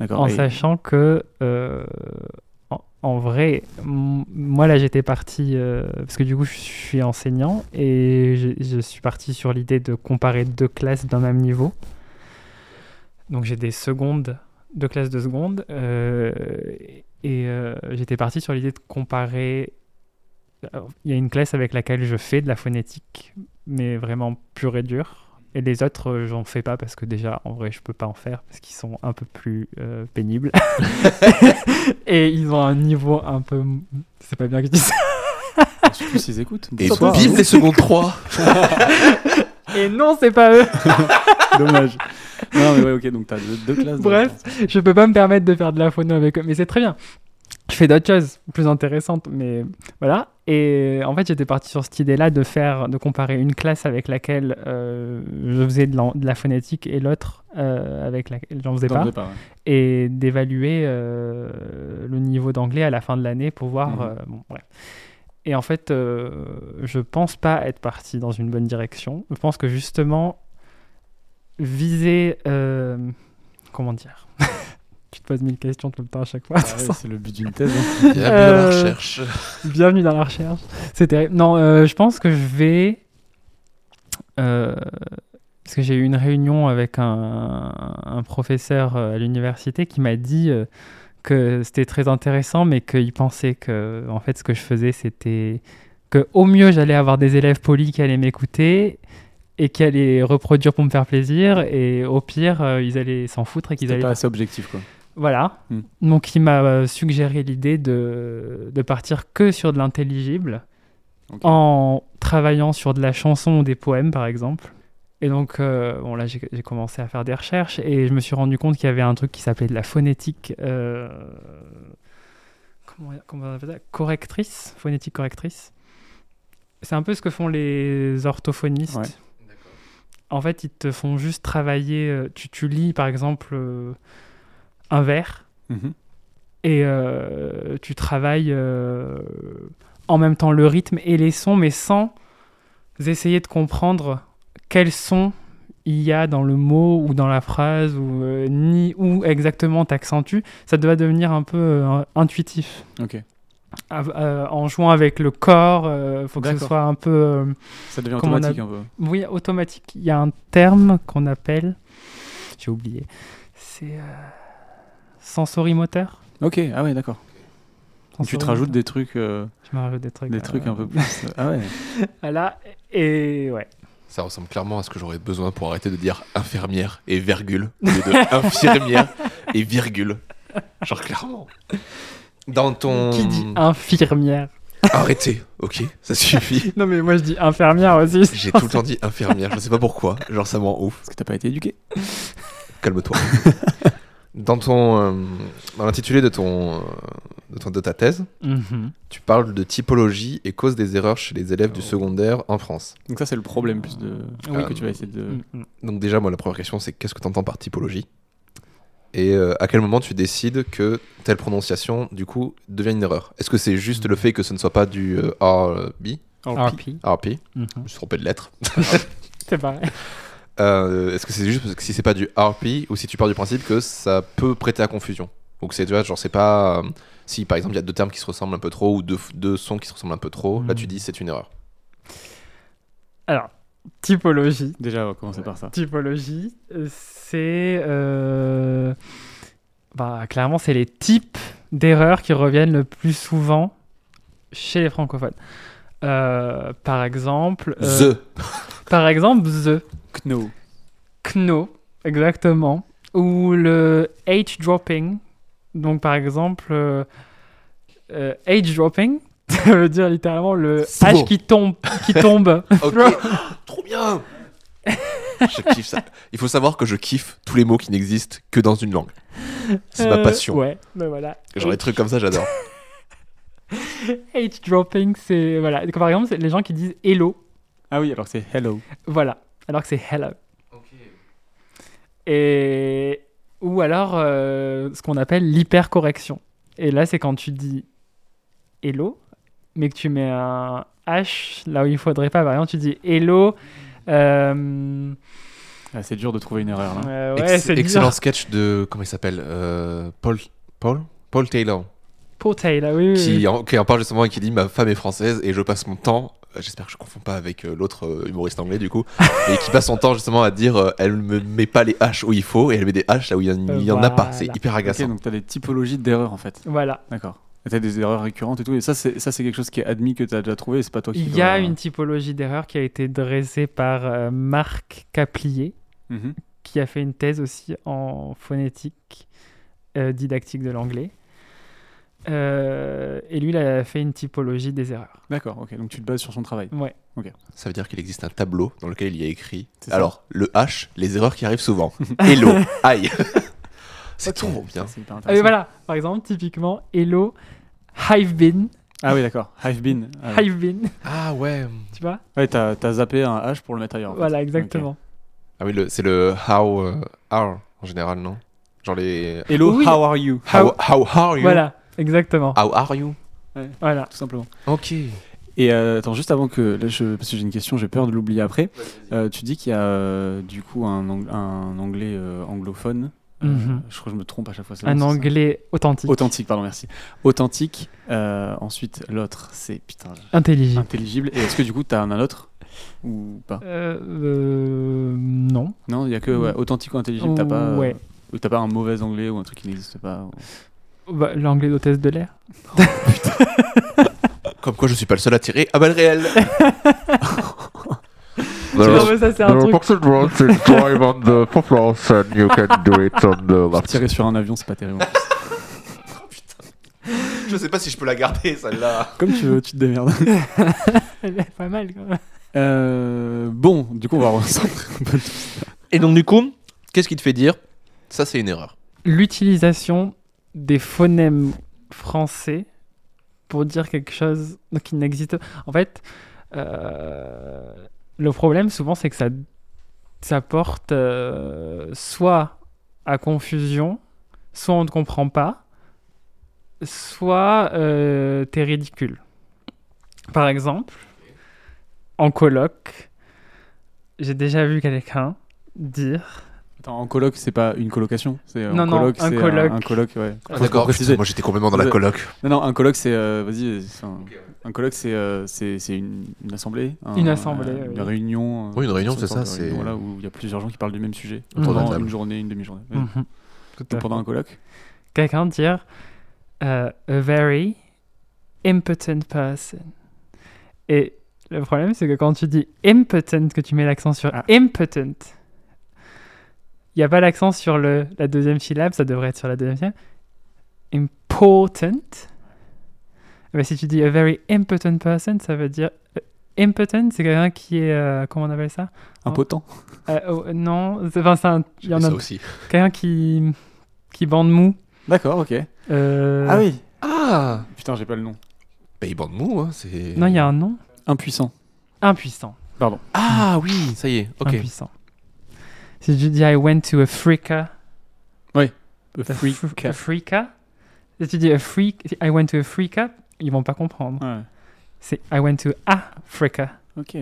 Speaker 2: D'accord.
Speaker 3: En
Speaker 2: Et-
Speaker 3: sachant que, euh, en, en vrai, m- moi là j'étais parti, euh, parce que du coup je suis enseignant et je, je suis parti sur l'idée de comparer deux classes d'un même niveau. Donc j'ai des secondes, deux classes de secondes, euh, et euh, j'étais parti sur l'idée de comparer. Alors, Il y a une classe avec laquelle je fais de la phonétique, mais vraiment pure et dure. Et les autres, euh, j'en fais pas parce que déjà, en vrai, je peux pas en faire parce qu'ils sont un peu plus euh, pénibles. et ils ont un niveau un peu. C'est pas bien que je dise ça.
Speaker 2: Surtout s'ils écoutent.
Speaker 1: Et
Speaker 2: Surtout s'ils
Speaker 1: bim, les secondes 3
Speaker 3: Et non, c'est pas eux
Speaker 2: écoutent. hein. Dommage. Non, mais ouais, ok, donc t'as deux, deux classes. dans
Speaker 3: Bref.
Speaker 2: la France.
Speaker 3: je peux pas me permettre de faire de la phono avec eux, mais c'est très bien. Je fais d'autres choses plus intéressantes, mais voilà. Et en fait, j'étais parti sur cette idée-là de faire, de comparer une classe avec laquelle euh, je faisais de la, de la phonétique et l'autre euh, avec laquelle j'en faisais
Speaker 2: Dans
Speaker 3: pas,
Speaker 2: le départ, ouais.
Speaker 3: et d'évaluer euh, le niveau d'anglais à la fin de l'année pour voir.
Speaker 2: Mhm.
Speaker 3: euh, bon, bref. Et en fait, euh, je pense pas être parti dans une bonne direction. Je pense que justement, viser, euh, comment dire. Tu te poses mille questions tout le temps à chaque fois.
Speaker 2: Ah
Speaker 3: ça
Speaker 2: ouais,
Speaker 3: sent-
Speaker 2: c'est le but d'une thèse. hein.
Speaker 1: Il y a bien la
Speaker 3: Euh,
Speaker 1: recherche.
Speaker 3: Bienvenue dans la recherche. C'est terrible. Non, euh, je pense que je vais. euh, parce que j'ai eu une réunion avec un, un professeur euh, à l'université qui m'a dit euh, que c'était très intéressant, mais qu'il pensait que en fait, ce que je faisais, c'était que au mieux, j'allais avoir des élèves polis qui allaient m'écouter et qui allaient reproduire pour me faire plaisir, et au pire, euh, ils allaient s'en foutre et qu'ils
Speaker 2: C'était
Speaker 3: allaient
Speaker 2: pas assez objectif, quoi.
Speaker 3: voilà.
Speaker 2: Mm.
Speaker 3: Donc, il m'a euh, suggéré l'idée de, de partir que sur de l'intelligible
Speaker 2: Ok.
Speaker 3: en travaillant sur de la chanson ou des poèmes, par exemple. Et donc, euh, bon, là, j'ai j'ai commencé à faire des recherches et je me suis rendu compte qu'il y avait un truc qui s'appelait de la phonétique. euh, Comment, comment on appelle ça Correctrice Phonétique correctrice. C'est un peu ce que font les orthophonistes.
Speaker 2: Ouais.
Speaker 3: En fait, ils te font juste travailler. euh, Tu, tu lis, par exemple, euh, un vers
Speaker 2: Mhm.
Speaker 3: et euh, tu travailles euh, en même temps le rythme et les sons, mais sans essayer de comprendre quels sons il y a dans le mot ou dans la phrase ou euh, ni où exactement t'accentues. Ça doit devenir un peu euh, intuitif.
Speaker 2: Ok.
Speaker 3: Ah, euh, en jouant avec le corps, il faut que ce
Speaker 2: D'accord.
Speaker 3: soit un peu euh,
Speaker 2: Ça devient
Speaker 3: Comment on a-
Speaker 2: automatique un peu.
Speaker 3: oui, automatique. Il y a un terme qu'on appelle, j'ai oublié, c'est euh, sensorimoteur.
Speaker 2: Ok, ah ouais, d'accord. Donc tu te rajoutes des trucs, euh,
Speaker 3: Je me rajoute des trucs.
Speaker 2: des
Speaker 3: euh,
Speaker 2: trucs un peu plus. Ah ouais.
Speaker 3: Voilà, et ouais.
Speaker 1: Ça ressemble clairement à ce que j'aurais besoin pour arrêter de dire infirmière et virgule. au lieu de infirmière et virgule. Genre clairement. Dans ton.
Speaker 3: Qui dit infirmière
Speaker 1: Arrêtez, ok Ça suffit.
Speaker 3: Non, mais moi je dis infirmière aussi.
Speaker 1: J'ai tout le temps dit infirmière, je sais pas pourquoi. Genre ça me rend ouf.
Speaker 2: Parce que t'as pas été éduqué.
Speaker 1: Calme-toi. Dans ton. euh, dans l'intitulé de ton, euh, de ton. de ta thèse,
Speaker 3: Mhm.
Speaker 1: tu parles de typologie et cause des erreurs chez les élèves du
Speaker 2: Oh.
Speaker 1: secondaire en France.
Speaker 2: Donc ça, c'est le problème plus de.
Speaker 3: Ah Oui.
Speaker 2: que tu vas essayer de.
Speaker 3: Mhm.
Speaker 1: Donc déjà, moi, la première question, c'est qu'est-ce que tu entends par typologie Et euh, à quel moment tu décides que telle prononciation, du coup, devient une erreur Est-ce que c'est juste le fait que ce ne soit pas du euh, RB,
Speaker 3: RP.
Speaker 1: RP, je
Speaker 3: Ah, Mhm.
Speaker 1: me suis trompé de lettre
Speaker 3: C'est pareil.
Speaker 1: Euh, Est-ce que c'est juste parce que si c'est pas du RP ou si tu pars du principe que ça peut prêter à confusion Ou que c'est, tu vois, genre, c'est pas... euh, si, par exemple, il y a deux termes qui se ressemblent un peu trop ou deux, deux sons qui se ressemblent un peu trop, là,
Speaker 3: Mm.
Speaker 1: tu dis c'est une erreur.
Speaker 3: Alors, typologie.
Speaker 2: Déjà, on va commencer par ça.
Speaker 3: Typologie, euh, c'est. euh, Bah, clairement, c'est les types d'erreurs qui reviennent le plus souvent chez les francophones. Euh, par exemple. euh,
Speaker 1: The
Speaker 3: Par exemple, the.
Speaker 2: Kno.
Speaker 3: Kno, exactement. Ou le age dropping. Donc, par exemple, euh, euh, age dropping, ça veut dire littéralement le
Speaker 1: C'est
Speaker 3: H
Speaker 1: bon.
Speaker 3: qui tombe. Qui tombe.
Speaker 1: Ok, trop bien Je kiffe ça. Il faut savoir que je kiffe tous les mots qui n'existent que dans une langue. C'est ma
Speaker 3: Euh,
Speaker 1: passion.
Speaker 3: Ouais, ben voilà.
Speaker 1: Genre des trucs comme ça, j'adore.
Speaker 3: Age dropping, c'est. Voilà. Comme par exemple, c'est les gens qui disent hello.
Speaker 2: Ah oui, alors c'est hello.
Speaker 3: Voilà. Alors que c'est hello. Et... Ou alors euh, ce qu'on appelle l'hypercorrection. Et là, c'est quand tu dis hello, mais que tu mets un H là où il faudrait pas. Par exemple, tu dis hello. euh,
Speaker 2: Ah, c'est dur de trouver une erreur là.
Speaker 3: euh, ouais,
Speaker 1: Ex-
Speaker 3: c'est
Speaker 1: excellent
Speaker 3: excellent.
Speaker 1: sketch de comment il s'appelle Euh, Paul Paul Paul Taylor
Speaker 3: là, oui. oui, oui.
Speaker 1: qui en, qui en parle justement et qui dit ma femme est française et je passe mon temps euh, j'espère que je confonds pas avec euh, l'autre euh, humoriste anglais du coup et qui passe son temps justement à dire euh, elle me met pas les H où il faut et elle met des H là où il y en, il y en a pas c'est
Speaker 3: Voilà.
Speaker 1: hyper
Speaker 2: Ok,
Speaker 1: agaçant
Speaker 2: donc t'as des typologies d'erreurs en fait.
Speaker 3: Voilà.
Speaker 2: D'accord. Et T'as des erreurs récurrentes et tout. Et ça, c'est ça, c'est quelque chose qui est admis que t'as déjà trouvé. et C'est pas toi qui.
Speaker 3: Il y a
Speaker 2: dois-
Speaker 3: une typologie d'erreur qui a été dressée par euh, Marc Caplier,
Speaker 2: Mhm.
Speaker 3: qui a fait une thèse aussi en phonétique euh, didactique de l'anglais. Euh, et lui, il a fait une typologie des erreurs.
Speaker 2: D'accord, ok. Donc tu te bases sur son travail.
Speaker 3: Ouais.
Speaker 1: Ça veut dire qu'il existe un tableau dans lequel il y a écrit.
Speaker 2: C'est ça.
Speaker 1: Alors, le H, les erreurs qui arrivent souvent. Hello, aïe. C'est trop bien.
Speaker 2: C'est hyper
Speaker 3: Ah, mais
Speaker 2: intéressant.
Speaker 3: voilà, par exemple, typiquement, Hello, I've been,
Speaker 2: Ah oui, d'accord. Hive Bean. Ah, oui.
Speaker 3: I've been,
Speaker 1: Ah ouais.
Speaker 3: tu vois
Speaker 2: Ouais, t'as t'as zappé un H pour le mettre ailleurs. en fait.
Speaker 3: Voilà, exactement.
Speaker 1: Ah oui, le- c'est le how euh, are en général, non Genre les
Speaker 2: Hello,
Speaker 3: Oui.
Speaker 2: how are you
Speaker 1: how, how are you
Speaker 3: Voilà,
Speaker 2: Ah.
Speaker 3: exactement.
Speaker 1: How are you
Speaker 3: Voilà.
Speaker 2: Tout simplement.
Speaker 1: Ok.
Speaker 2: Et euh, attends, juste avant que. Là, je, parce que j'ai une question, j'ai peur de l'oublier après. Euh, tu dis qu'il y a euh, du coup un, ang- un anglais euh, anglophone. Euh,
Speaker 3: Mhm.
Speaker 2: Je crois que je me trompe à chaque fois. c'est
Speaker 3: Un
Speaker 2: bon, c'est ça
Speaker 3: anglais authentique,
Speaker 2: Authentique, pardon, merci. Authentique. Euh, ensuite, l'autre, c'est putain,
Speaker 3: intelligent.
Speaker 2: intelligible. Et est-ce que du coup, t'as un, un autre Ou pas
Speaker 3: Euh, euh, non.
Speaker 2: Non, il n'y a que ouais, authentique ou intelligible. T'as pas, euh,
Speaker 3: Mm. Ouais.
Speaker 2: ou t'as pas un mauvais anglais ou un truc qui n'existe pas. ou-
Speaker 3: Bah, L'anglais d'hôtesse de l'air.
Speaker 1: Comme quoi, je suis pas le seul à tirer à balles réelles.
Speaker 2: Bah,
Speaker 3: Non, mais ça, c'est un truc.
Speaker 4: drive on the fourth floor, and you can do it on the left.
Speaker 2: Tirer sur un avion, c'est pas terrible.
Speaker 1: je sais pas si je peux la garder, celle-là.
Speaker 2: Comme tu veux, tu te démerdes.
Speaker 3: Elle est pas mal, quand même.
Speaker 2: Euh, bon, du coup, on va recentrer un peu.
Speaker 1: Et donc, du coup, qu'est-ce qui te fait dire ça, c'est une erreur
Speaker 3: L'utilisation des phonèmes français pour dire quelque chose qui n'existe. En fait, euh, le problème, souvent, c'est que ça, ça porte euh, soit à confusion, soit on ne comprend pas, soit euh, t'es ridicule. Par exemple, en colloque, j'ai déjà vu quelqu'un dire
Speaker 2: Attends, en colloque, c'est pas une colocation c'est, euh,
Speaker 3: Non,
Speaker 2: en
Speaker 3: non,
Speaker 2: colloque,
Speaker 3: un
Speaker 2: c'est
Speaker 3: colloque.
Speaker 2: Un, colloque, ouais. Faut- faut
Speaker 1: Ah, D'accord,
Speaker 2: préciser.
Speaker 1: moi j'étais complètement dans la
Speaker 2: Vous-
Speaker 1: coloc.
Speaker 2: Non, non, un colloque, c'est. euh, Vas-y, c'est un, un colloque, c'est euh, c'est- c'est une, une assemblée. un-
Speaker 3: Une assemblée,
Speaker 2: euh, Une
Speaker 3: oui.
Speaker 2: réunion. euh,
Speaker 1: Oui, une réunion,
Speaker 2: sorte
Speaker 1: c'est ça,
Speaker 2: de
Speaker 1: c'est-
Speaker 2: réunion, Voilà, où il y a plusieurs gens qui parlent du même sujet.
Speaker 3: Autour
Speaker 1: d'un
Speaker 2: Pendant
Speaker 1: table.
Speaker 2: une journée, une demi-journée. Vas-y.
Speaker 3: Mhm.
Speaker 2: Donc, Pendant un colloque.
Speaker 3: quelqu'un dire euh, a very impotent person. Et le problème, c'est que quand tu dis impotent, que tu mets l'accent sur
Speaker 2: Ah.
Speaker 3: impotent, il n'y a pas l'accent sur le, la deuxième syllabe, ça devrait être sur la deuxième syllabe. Important. Mais si tu dis a very impotent person, ça veut dire. euh, impotent, c'est quelqu'un qui est. euh, comment on appelle ça
Speaker 2: Impotent.
Speaker 3: Euh, oh, Non, c'est- enfin, c'est un- il y en
Speaker 1: ça
Speaker 3: a
Speaker 1: aussi.
Speaker 3: quelqu'un qui, qui bande mou.
Speaker 2: D'accord, ok.
Speaker 3: Euh,
Speaker 2: Ah oui.
Speaker 1: Ah
Speaker 2: Putain, j'ai pas le nom.
Speaker 1: Bah, il bande mou, hein, c'est.
Speaker 3: Non, il y a un nom.
Speaker 2: Impuissant.
Speaker 3: Impuissant.
Speaker 1: Ah oui, ça y est, ok.
Speaker 3: Impuissant. Si tu dis I went to Africa.
Speaker 2: The freak.
Speaker 3: Africa. Africa. Si tu dis Africa, I went to Africa, ils vont pas comprendre.
Speaker 2: Ouais.
Speaker 3: C'est I went to Africa.
Speaker 2: Ok.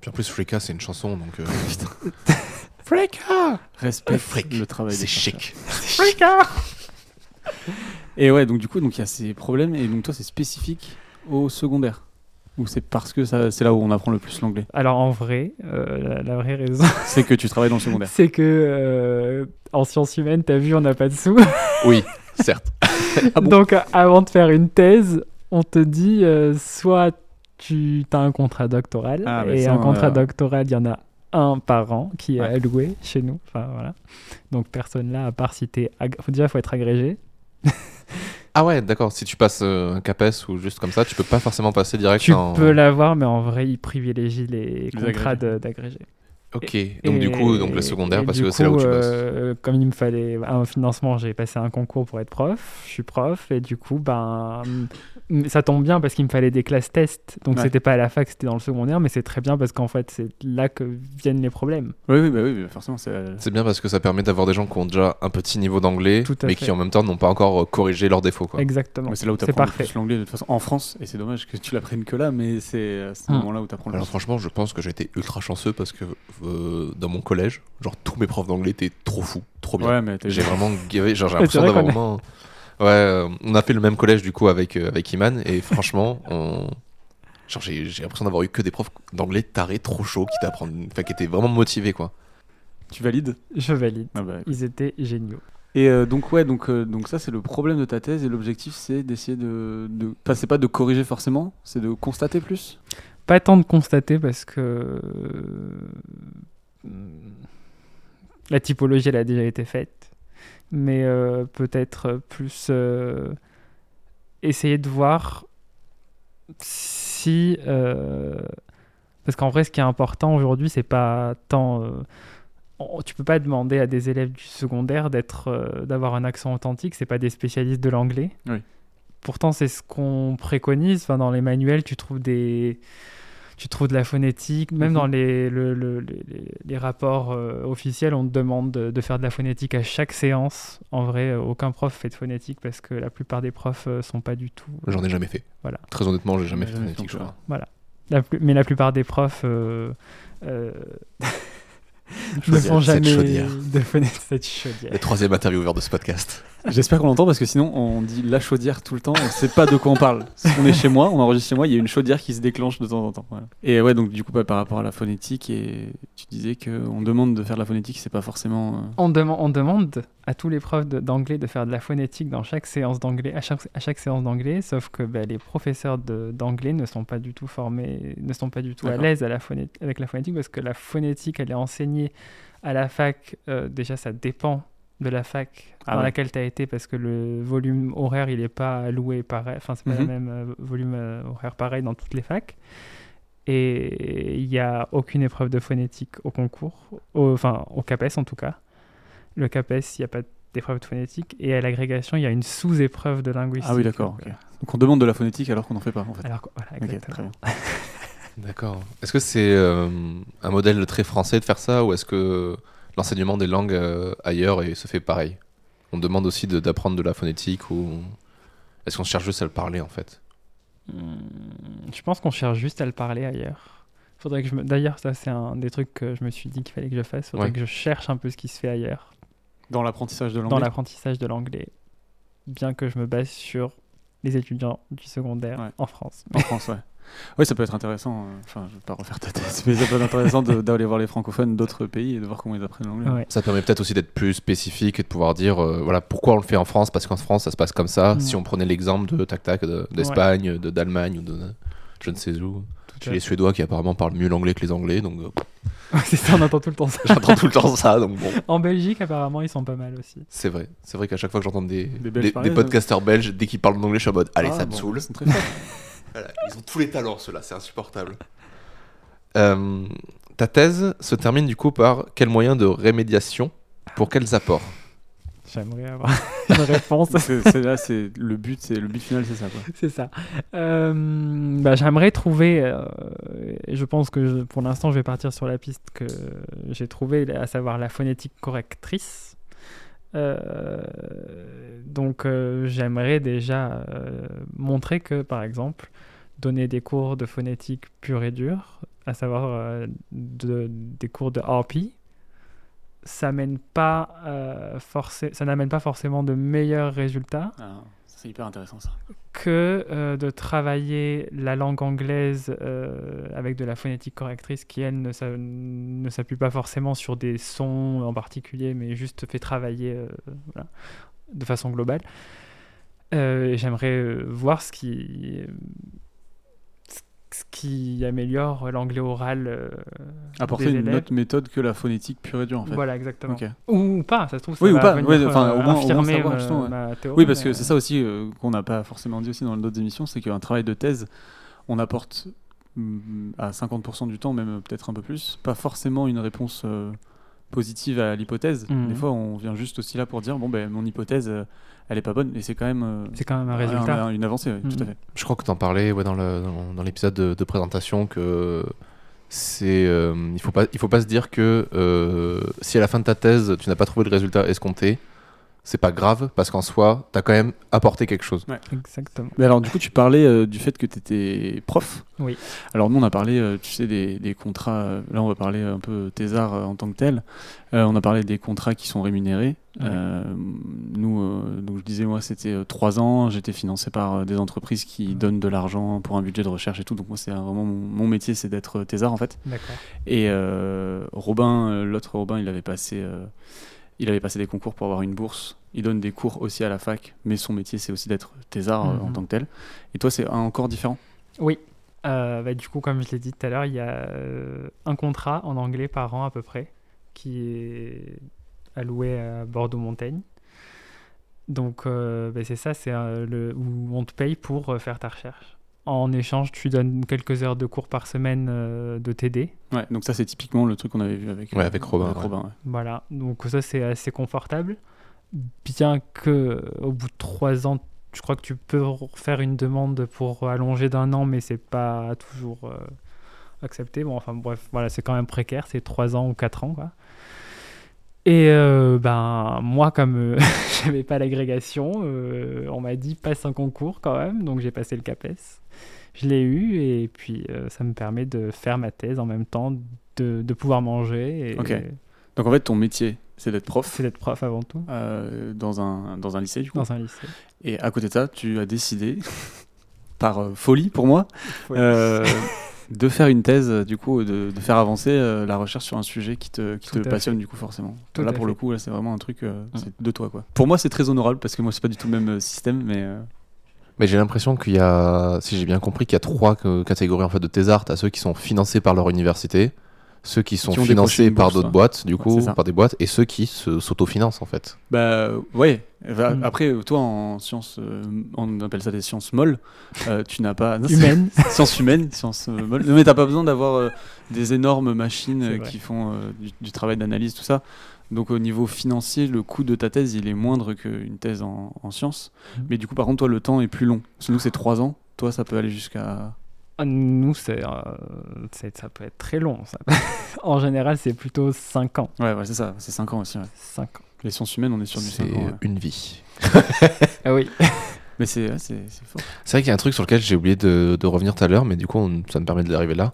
Speaker 1: Puis en plus, Freaka, c'est une chanson, donc. euh,
Speaker 2: Freaka Respect
Speaker 1: Fric.
Speaker 2: le travail.
Speaker 1: c'est
Speaker 2: des
Speaker 1: chic.
Speaker 3: Africa
Speaker 2: Et ouais, donc du coup, donc il y a ces problèmes, et donc toi, c'est spécifique au secondaire. Ou c'est parce que ça- c'est là où on apprend le plus l'anglais
Speaker 3: Alors en vrai, euh, la, la vraie raison,
Speaker 2: C'est que tu travailles dans le secondaire.
Speaker 3: c'est que euh, en sciences humaines, t'as vu, on n'a pas de sous.
Speaker 1: Oui, certes.
Speaker 2: bon
Speaker 3: Donc euh, avant de faire une thèse, on te dit euh, soit tu as un contrat doctoral,
Speaker 2: Ah, bah
Speaker 3: et
Speaker 2: ça,
Speaker 3: un
Speaker 2: on
Speaker 3: contrat
Speaker 2: a-
Speaker 3: doctoral, il y en a un par an qui est
Speaker 2: Ouais.
Speaker 3: alloué chez nous. Enfin, voilà. Donc personne là, à part si t'es... ag- Faut, déjà, il faut être agrégé.
Speaker 1: Ah ouais, d'accord. Si tu passes euh, un CAPES ou juste comme ça, tu peux pas forcément passer direct
Speaker 3: Tu
Speaker 1: en.
Speaker 3: peux l'avoir, mais en vrai, ils privilégient les, contrats
Speaker 2: agrégés.
Speaker 3: de- d'agrégé.
Speaker 1: Ok, donc du coup, donc le secondaire,
Speaker 3: et
Speaker 1: parce
Speaker 3: du
Speaker 1: que c'est là où
Speaker 3: coup,
Speaker 1: tu bosses.
Speaker 3: euh, comme il me fallait un financement, j'ai passé un concours pour être prof. Je suis prof et du coup, ben, m- ça tombe bien parce qu'il me fallait des classes tests. Donc
Speaker 2: Ouais.
Speaker 3: c'était pas à la fac, c'était dans le secondaire, mais c'est très bien parce qu'en fait, c'est là que viennent les problèmes.
Speaker 2: Oui, oui, bah oui, mais forcément, c'est.
Speaker 1: C'est bien parce que ça permet d'avoir des gens qui ont déjà un petit niveau d'anglais,
Speaker 3: Tout à
Speaker 1: mais
Speaker 3: fait.
Speaker 1: qui en même temps n'ont pas encore euh, corrigé leurs défauts. Quoi.
Speaker 3: Exactement.
Speaker 2: mais c'est là où tu
Speaker 3: c'est
Speaker 2: apprends le
Speaker 3: parfait.
Speaker 2: plus l'anglais de toute façon en France, et c'est dommage que tu l'apprennes que là, mais c'est à ce
Speaker 3: Hmm.
Speaker 2: moment-là où tu apprends le
Speaker 1: Alors
Speaker 2: plus.
Speaker 1: franchement, je pense que j'ai été ultra chanceux parce que euh, dans mon collège, genre tous mes profs d'anglais étaient trop fous, trop bien.
Speaker 2: Ouais, mais t'as
Speaker 1: J'ai
Speaker 2: eu-
Speaker 1: vraiment gavé, genre j'ai
Speaker 3: Ouais, c'est
Speaker 1: l'impression
Speaker 3: vrai
Speaker 1: d'avoir
Speaker 3: qu'on
Speaker 1: vraiment... Ouais, euh, on a fait le même collège du coup avec, euh, avec Iman et franchement, on... genre j'ai j'ai l'impression d'avoir eu que des profs d'anglais tarés trop chauds qui t'apprennent, enfin qui étaient vraiment motivés quoi.
Speaker 2: Tu valides
Speaker 3: Je valide.
Speaker 2: Ah bah,
Speaker 3: Ils étaient géniaux.
Speaker 2: Et euh, donc ouais, donc, euh, donc ça c'est le problème de ta thèse et l'objectif c'est d'essayer de... de... Enfin c'est pas de corriger forcément, c'est de constater plus
Speaker 3: Pas tant de constater parce que euh, la typologie elle a déjà été faite, mais euh, peut-être plus euh, essayer de voir si. euh, parce qu'en vrai, ce qui est important aujourd'hui, c'est pas tant. euh, on- tu peux pas demander à des élèves du secondaire d'être, euh, d'avoir un accent authentique. C'est pas des spécialistes de l'anglais.
Speaker 2: Oui.
Speaker 3: Pourtant, c'est ce qu'on préconise. Enfin, dans les manuels, tu trouves des, tu trouves de la phonétique. Même
Speaker 2: Mhm.
Speaker 3: dans les, le- le- les- les- les rapports euh, officiels, on te demande de, de faire de la phonétique à chaque séance. En vrai, euh, aucun prof fait de phonétique parce que la plupart des profs euh, sont pas du tout.
Speaker 1: J'en ai jamais fait.
Speaker 3: Voilà.
Speaker 1: Très honnêtement, j'ai jamais fait de
Speaker 2: Jamais fait
Speaker 1: phonétique, je
Speaker 2: encore.
Speaker 1: crois.
Speaker 3: La plu- mais la plupart des profs euh, euh, ne
Speaker 1: Chaudière,
Speaker 3: font
Speaker 1: cette
Speaker 3: jamais
Speaker 1: chaudière.
Speaker 3: de fenêtre cette chaudière.
Speaker 1: Le troisième intervieweur de ce podcast.
Speaker 2: J'espère qu'on l'entend parce que sinon on dit la chaudière tout le temps, on sait pas de quoi on parle. On est chez moi, on enregistre chez moi, il y a une chaudière qui se déclenche de temps en temps. voilà. Et ouais, donc du coup, bah, par rapport à la phonétique, et tu disais qu'on demande de faire de la phonétique, c'est pas forcément. euh,
Speaker 3: On, deman- on demande à tous les profs de- d'anglais de faire de la phonétique dans chaque séance d'anglais, à chaque, à chaque séance d'anglais, sauf que bah, les professeurs de- d'anglais ne sont pas du tout formés, ne sont pas du tout à
Speaker 2: D'accord.
Speaker 3: l'aise à la phonét- avec la phonétique, parce que la phonétique, elle est enseignée à la fac. euh, déjà, ça dépend de la fac
Speaker 2: Ah
Speaker 3: dans
Speaker 2: ouais.
Speaker 3: laquelle tu as été, parce que le volume horaire, il n'est pas alloué pareil, enfin, c'est pas le
Speaker 2: Mhm.
Speaker 3: même euh, volume euh, horaire pareil dans toutes les facs. Et il n'y a aucune épreuve de phonétique au concours, au- enfin au CAPES en tout cas. Le CAPES, il n'y a pas d'épreuve de phonétique. Et à l'agrégation, il y a une sous-épreuve de linguistique.
Speaker 2: Ah oui, d'accord. ok. Donc on demande de la phonétique alors qu'on n'en fait pas en fait.
Speaker 3: Alors, que- voilà,
Speaker 2: Ok,
Speaker 3: exactement.
Speaker 2: très bien.
Speaker 1: D'accord. Est-ce que c'est euh, un modèle très français de faire ça ou est-ce que l'enseignement des langues euh, ailleurs et se fait pareil On demande aussi de- d'apprendre de la phonétique ou est-ce qu'on cherche juste à le parler en fait
Speaker 3: Hmm, Je pense qu'on cherche juste à le parler ailleurs. Faudrait que je me... D'ailleurs, ça, c'est un des trucs que je me suis dit qu'il fallait que je fasse. Faudrait
Speaker 1: Ouais.
Speaker 3: que je cherche un peu ce qui se fait ailleurs.
Speaker 2: Dans l'apprentissage de
Speaker 3: dans
Speaker 2: l'anglais.
Speaker 3: l'apprentissage de l'anglais, bien que je me base sur les étudiants du secondaire
Speaker 2: Ouais.
Speaker 3: en France.
Speaker 2: En France, ouais. Oui, ça peut être intéressant. euh, Enfin, je vais pas refaire ta thèse, mais ça peut être intéressant de- d'aller voir les francophones d'autres pays et de voir comment ils apprennent l'anglais.
Speaker 3: Ouais.
Speaker 1: Ça permet peut-être aussi d'être plus spécifique et de pouvoir dire euh, voilà pourquoi on le fait en France parce qu'en France ça se passe comme ça.
Speaker 3: Mm.
Speaker 1: Si on prenait l'exemple de tac tac de- d'Espagne, de d'Allemagne ou de je ne sais où. J'ai les Suédois qui apparemment parlent mieux l'anglais que les Anglais donc euh,
Speaker 3: C'est ça, on entend tout le temps ça.
Speaker 1: j'entends tout le temps ça donc bon.
Speaker 3: En Belgique, apparemment, ils sont pas mal aussi.
Speaker 1: C'est vrai, c'est vrai qu'à chaque fois que j'entends des,
Speaker 2: Des
Speaker 1: des,
Speaker 2: Belges
Speaker 1: des
Speaker 2: parler, ça-
Speaker 1: podcasteurs belges, dès qu'ils parlent d'anglais, je suis en mode Allez,
Speaker 2: Ah,
Speaker 1: ça me
Speaker 2: bon,
Speaker 1: saoule.
Speaker 2: Ils sont très forts.
Speaker 1: Voilà, Ils ont tous les talents, ceux-là, c'est insupportable. Euh, ta thèse se termine du coup par quels moyens de rémédiation pour quels apports
Speaker 3: J'aimerais avoir une réponse.
Speaker 2: C'est- c'est- là, c'est le but, c'est le but final, c'est ça. Quoi.
Speaker 3: C'est ça. Euh, bah, J'aimerais trouver, euh, et je pense que je- pour l'instant je vais partir sur la piste que j'ai trouvée, à savoir la phonétique correctrice. Euh, donc euh, j'aimerais déjà euh, montrer que, par exemple, donner des cours de phonétique pure et dure, à savoir euh, de- des cours de RP, ça mène pas euh, forcé- ça n'amène pas forcément de meilleurs résultats
Speaker 2: Ah, c'est hyper intéressant ça.
Speaker 3: que euh, de travailler la langue anglaise euh, avec de la phonétique correctrice qui, elle, ne s'a- ne s'appuie pas forcément sur des sons en particulier, mais juste fait travailler euh, voilà, de façon globale. Euh, et J'aimerais euh, voir ce qui, ce qui améliore l'anglais oral. euh,
Speaker 2: Apporter
Speaker 3: des
Speaker 2: une
Speaker 3: élèves.
Speaker 2: autre méthode que la phonétique pure et dure en fait.
Speaker 3: Voilà, exactement.
Speaker 2: Ok.
Speaker 3: Ou pas, ça se trouve, ça
Speaker 2: Oui, ou
Speaker 3: va
Speaker 2: pas,
Speaker 3: venir,
Speaker 2: ouais, enfin,
Speaker 3: euh,
Speaker 2: au moins- au moins
Speaker 3: infirmer,
Speaker 2: savoir,
Speaker 3: euh,
Speaker 2: justement, ouais.
Speaker 3: ma théorie,
Speaker 2: Oui, parce que
Speaker 3: mais-
Speaker 2: c'est ça aussi euh, qu'on n'a pas forcément dit aussi dans d'autres émissions, c'est qu'un travail de thèse, on apporte mm, à 50% du temps, même euh, peut-être un peu plus, pas forcément une réponse euh, positive à l'hypothèse.
Speaker 3: Mhm.
Speaker 2: Des fois, on vient juste aussi là pour dire bon ben mon hypothèse, euh, elle est pas bonne, et c'est quand même euh,
Speaker 3: C'est quand même un résultat.
Speaker 2: un- une avancée, oui, tout à
Speaker 3: Mhm.
Speaker 2: fait.
Speaker 1: Je crois que t'en parlais ouais, dans le- dans dans l'épisode de, de présentation que c'est euh, il faut pas il faut pas se dire que euh, si à la fin de ta thèse tu n'as pas trouvé le résultat escompté c'est pas grave parce qu'en soi t'as quand même apporté quelque chose
Speaker 3: Exactement.
Speaker 2: Mais alors, du coup, tu parlais euh, du fait que tu étais prof.
Speaker 3: Oui.
Speaker 2: Alors, nous, on a parlé, euh, tu sais, des, des contrats. euh, là, on va parler un peu tes arts euh, en tant que tel. Euh, on a parlé des contrats qui sont rémunérés.
Speaker 3: Ouais.
Speaker 2: Euh, nous, euh, donc, je disais, moi, c'était euh, trois ans. J'étais financé par euh, des entreprises qui donnent de l'argent pour un budget de recherche et tout. Donc, moi, c'est euh, vraiment mon, mon métier, c'est d'être thésard en fait.
Speaker 3: D'accord.
Speaker 2: Et euh, Robin, euh, l'autre Robin, il avait passé. euh, il avait passé des concours pour avoir une bourse. Il donne des cours aussi à la fac, mais son métier, c'est aussi d'être thésard euh, en
Speaker 3: Mhm.
Speaker 2: tant que tel. Et toi, c'est encore différent.
Speaker 3: Oui. Euh, bah, du coup, comme je l'ai dit tout à l'heure, il y a euh, un contrat en anglais par an à peu près qui est alloué à Bordeaux-Montagne. Donc, euh, ben, c'est ça, c'est euh, le, où on te paye pour euh, faire ta recherche. En échange, tu donnes quelques heures de cours par semaine euh, de TD.
Speaker 2: Ouais, donc ça, c'est typiquement le truc qu'on avait vu avec,
Speaker 1: Ouais, avec Robin, ouais.
Speaker 3: Voilà, donc ça c'est assez confortable. Bien que euh, au bout de trois ans, je crois que tu peux faire une demande pour allonger d'un an, mais c'est pas toujours euh, accepté. Bon, enfin bref, voilà, c'est quand même précaire, c'est trois ans ou quatre ans quoi. Et euh, ben moi, comme euh, j'avais pas l'agrégation, euh, on m'a dit passe un concours quand même, donc j'ai passé le CAPES. Je l'ai eu et puis euh, ça me permet de faire ma thèse en même temps, de, de pouvoir manger. Et,
Speaker 2: Ok. Donc en fait, ton métier, c'est d'être prof
Speaker 3: c'est d'être prof avant tout,
Speaker 2: euh, dans, un, dans un lycée, du coup.
Speaker 3: dans un lycée.
Speaker 2: Et à côté de ça, tu as décidé, par euh, folie pour moi,
Speaker 3: Folie.
Speaker 2: euh, de faire une thèse, euh, du coup, de, de faire avancer euh, la recherche sur un sujet qui te, qui te
Speaker 3: Tout à
Speaker 2: passionne, du coup, forcément.
Speaker 3: Tout
Speaker 2: là,
Speaker 3: à
Speaker 2: pour
Speaker 3: fait.
Speaker 2: le coup, là, c'est vraiment un truc euh,
Speaker 1: Mm.
Speaker 2: c'est de toi, quoi. Pour moi, c'est très honorable parce que moi, c'est pas du tout le même euh, système, mais euh,
Speaker 1: Mais j'ai l'impression qu'il y a, si j'ai bien compris, qu'il y a trois euh, catégories en fait de thésards. T'as ceux qui sont financés par leur université, ceux qui sont
Speaker 2: Qui ont décroché
Speaker 1: financés
Speaker 2: une
Speaker 1: par
Speaker 2: bourse,
Speaker 1: d'autres
Speaker 2: ouais.
Speaker 1: boîtes, du coup,
Speaker 2: c'est ça.
Speaker 1: par des boîtes, et ceux qui se- s'autofinancent en fait.
Speaker 2: bah ouais. Enfin,
Speaker 3: Mm.
Speaker 2: Après, toi, en sciences, euh, on appelle ça des sciences molles. euh, tu n'as pas non, c'est-
Speaker 3: Humaine.
Speaker 2: sciences humaines, sciences euh, molles. Non, mais t'as pas besoin d'avoir euh, des énormes machines
Speaker 3: C'est
Speaker 2: euh,
Speaker 3: vrai.
Speaker 2: qui font euh, du, du travail d'analyse, tout ça. Donc au niveau financier, le coût de ta thèse, il est moindre qu'une thèse en, en sciences.
Speaker 3: Mhm.
Speaker 2: Mais du coup, par contre, toi, le temps est plus long. Parce que nous, c'est 3 ans. Toi, ça peut aller jusqu'à...
Speaker 3: Ah, Nous, c'est, euh, c'est- ça peut être très long. ça. en général, c'est plutôt 5 ans.
Speaker 2: Ouais, ouais c'est ça. C'est 5 ans aussi. ouais.
Speaker 3: 5 ans.
Speaker 2: Les sciences humaines, on est sur du
Speaker 1: C'est
Speaker 2: 5 ans. ouais.
Speaker 1: une vie.
Speaker 3: Ah oui.
Speaker 2: Mais c'est ouais, c'est- c'est fort.
Speaker 1: C'est vrai qu'il y a un truc sur lequel j'ai oublié de, de revenir tout à l'heure, mais du coup, on- ça me permet d'arriver là.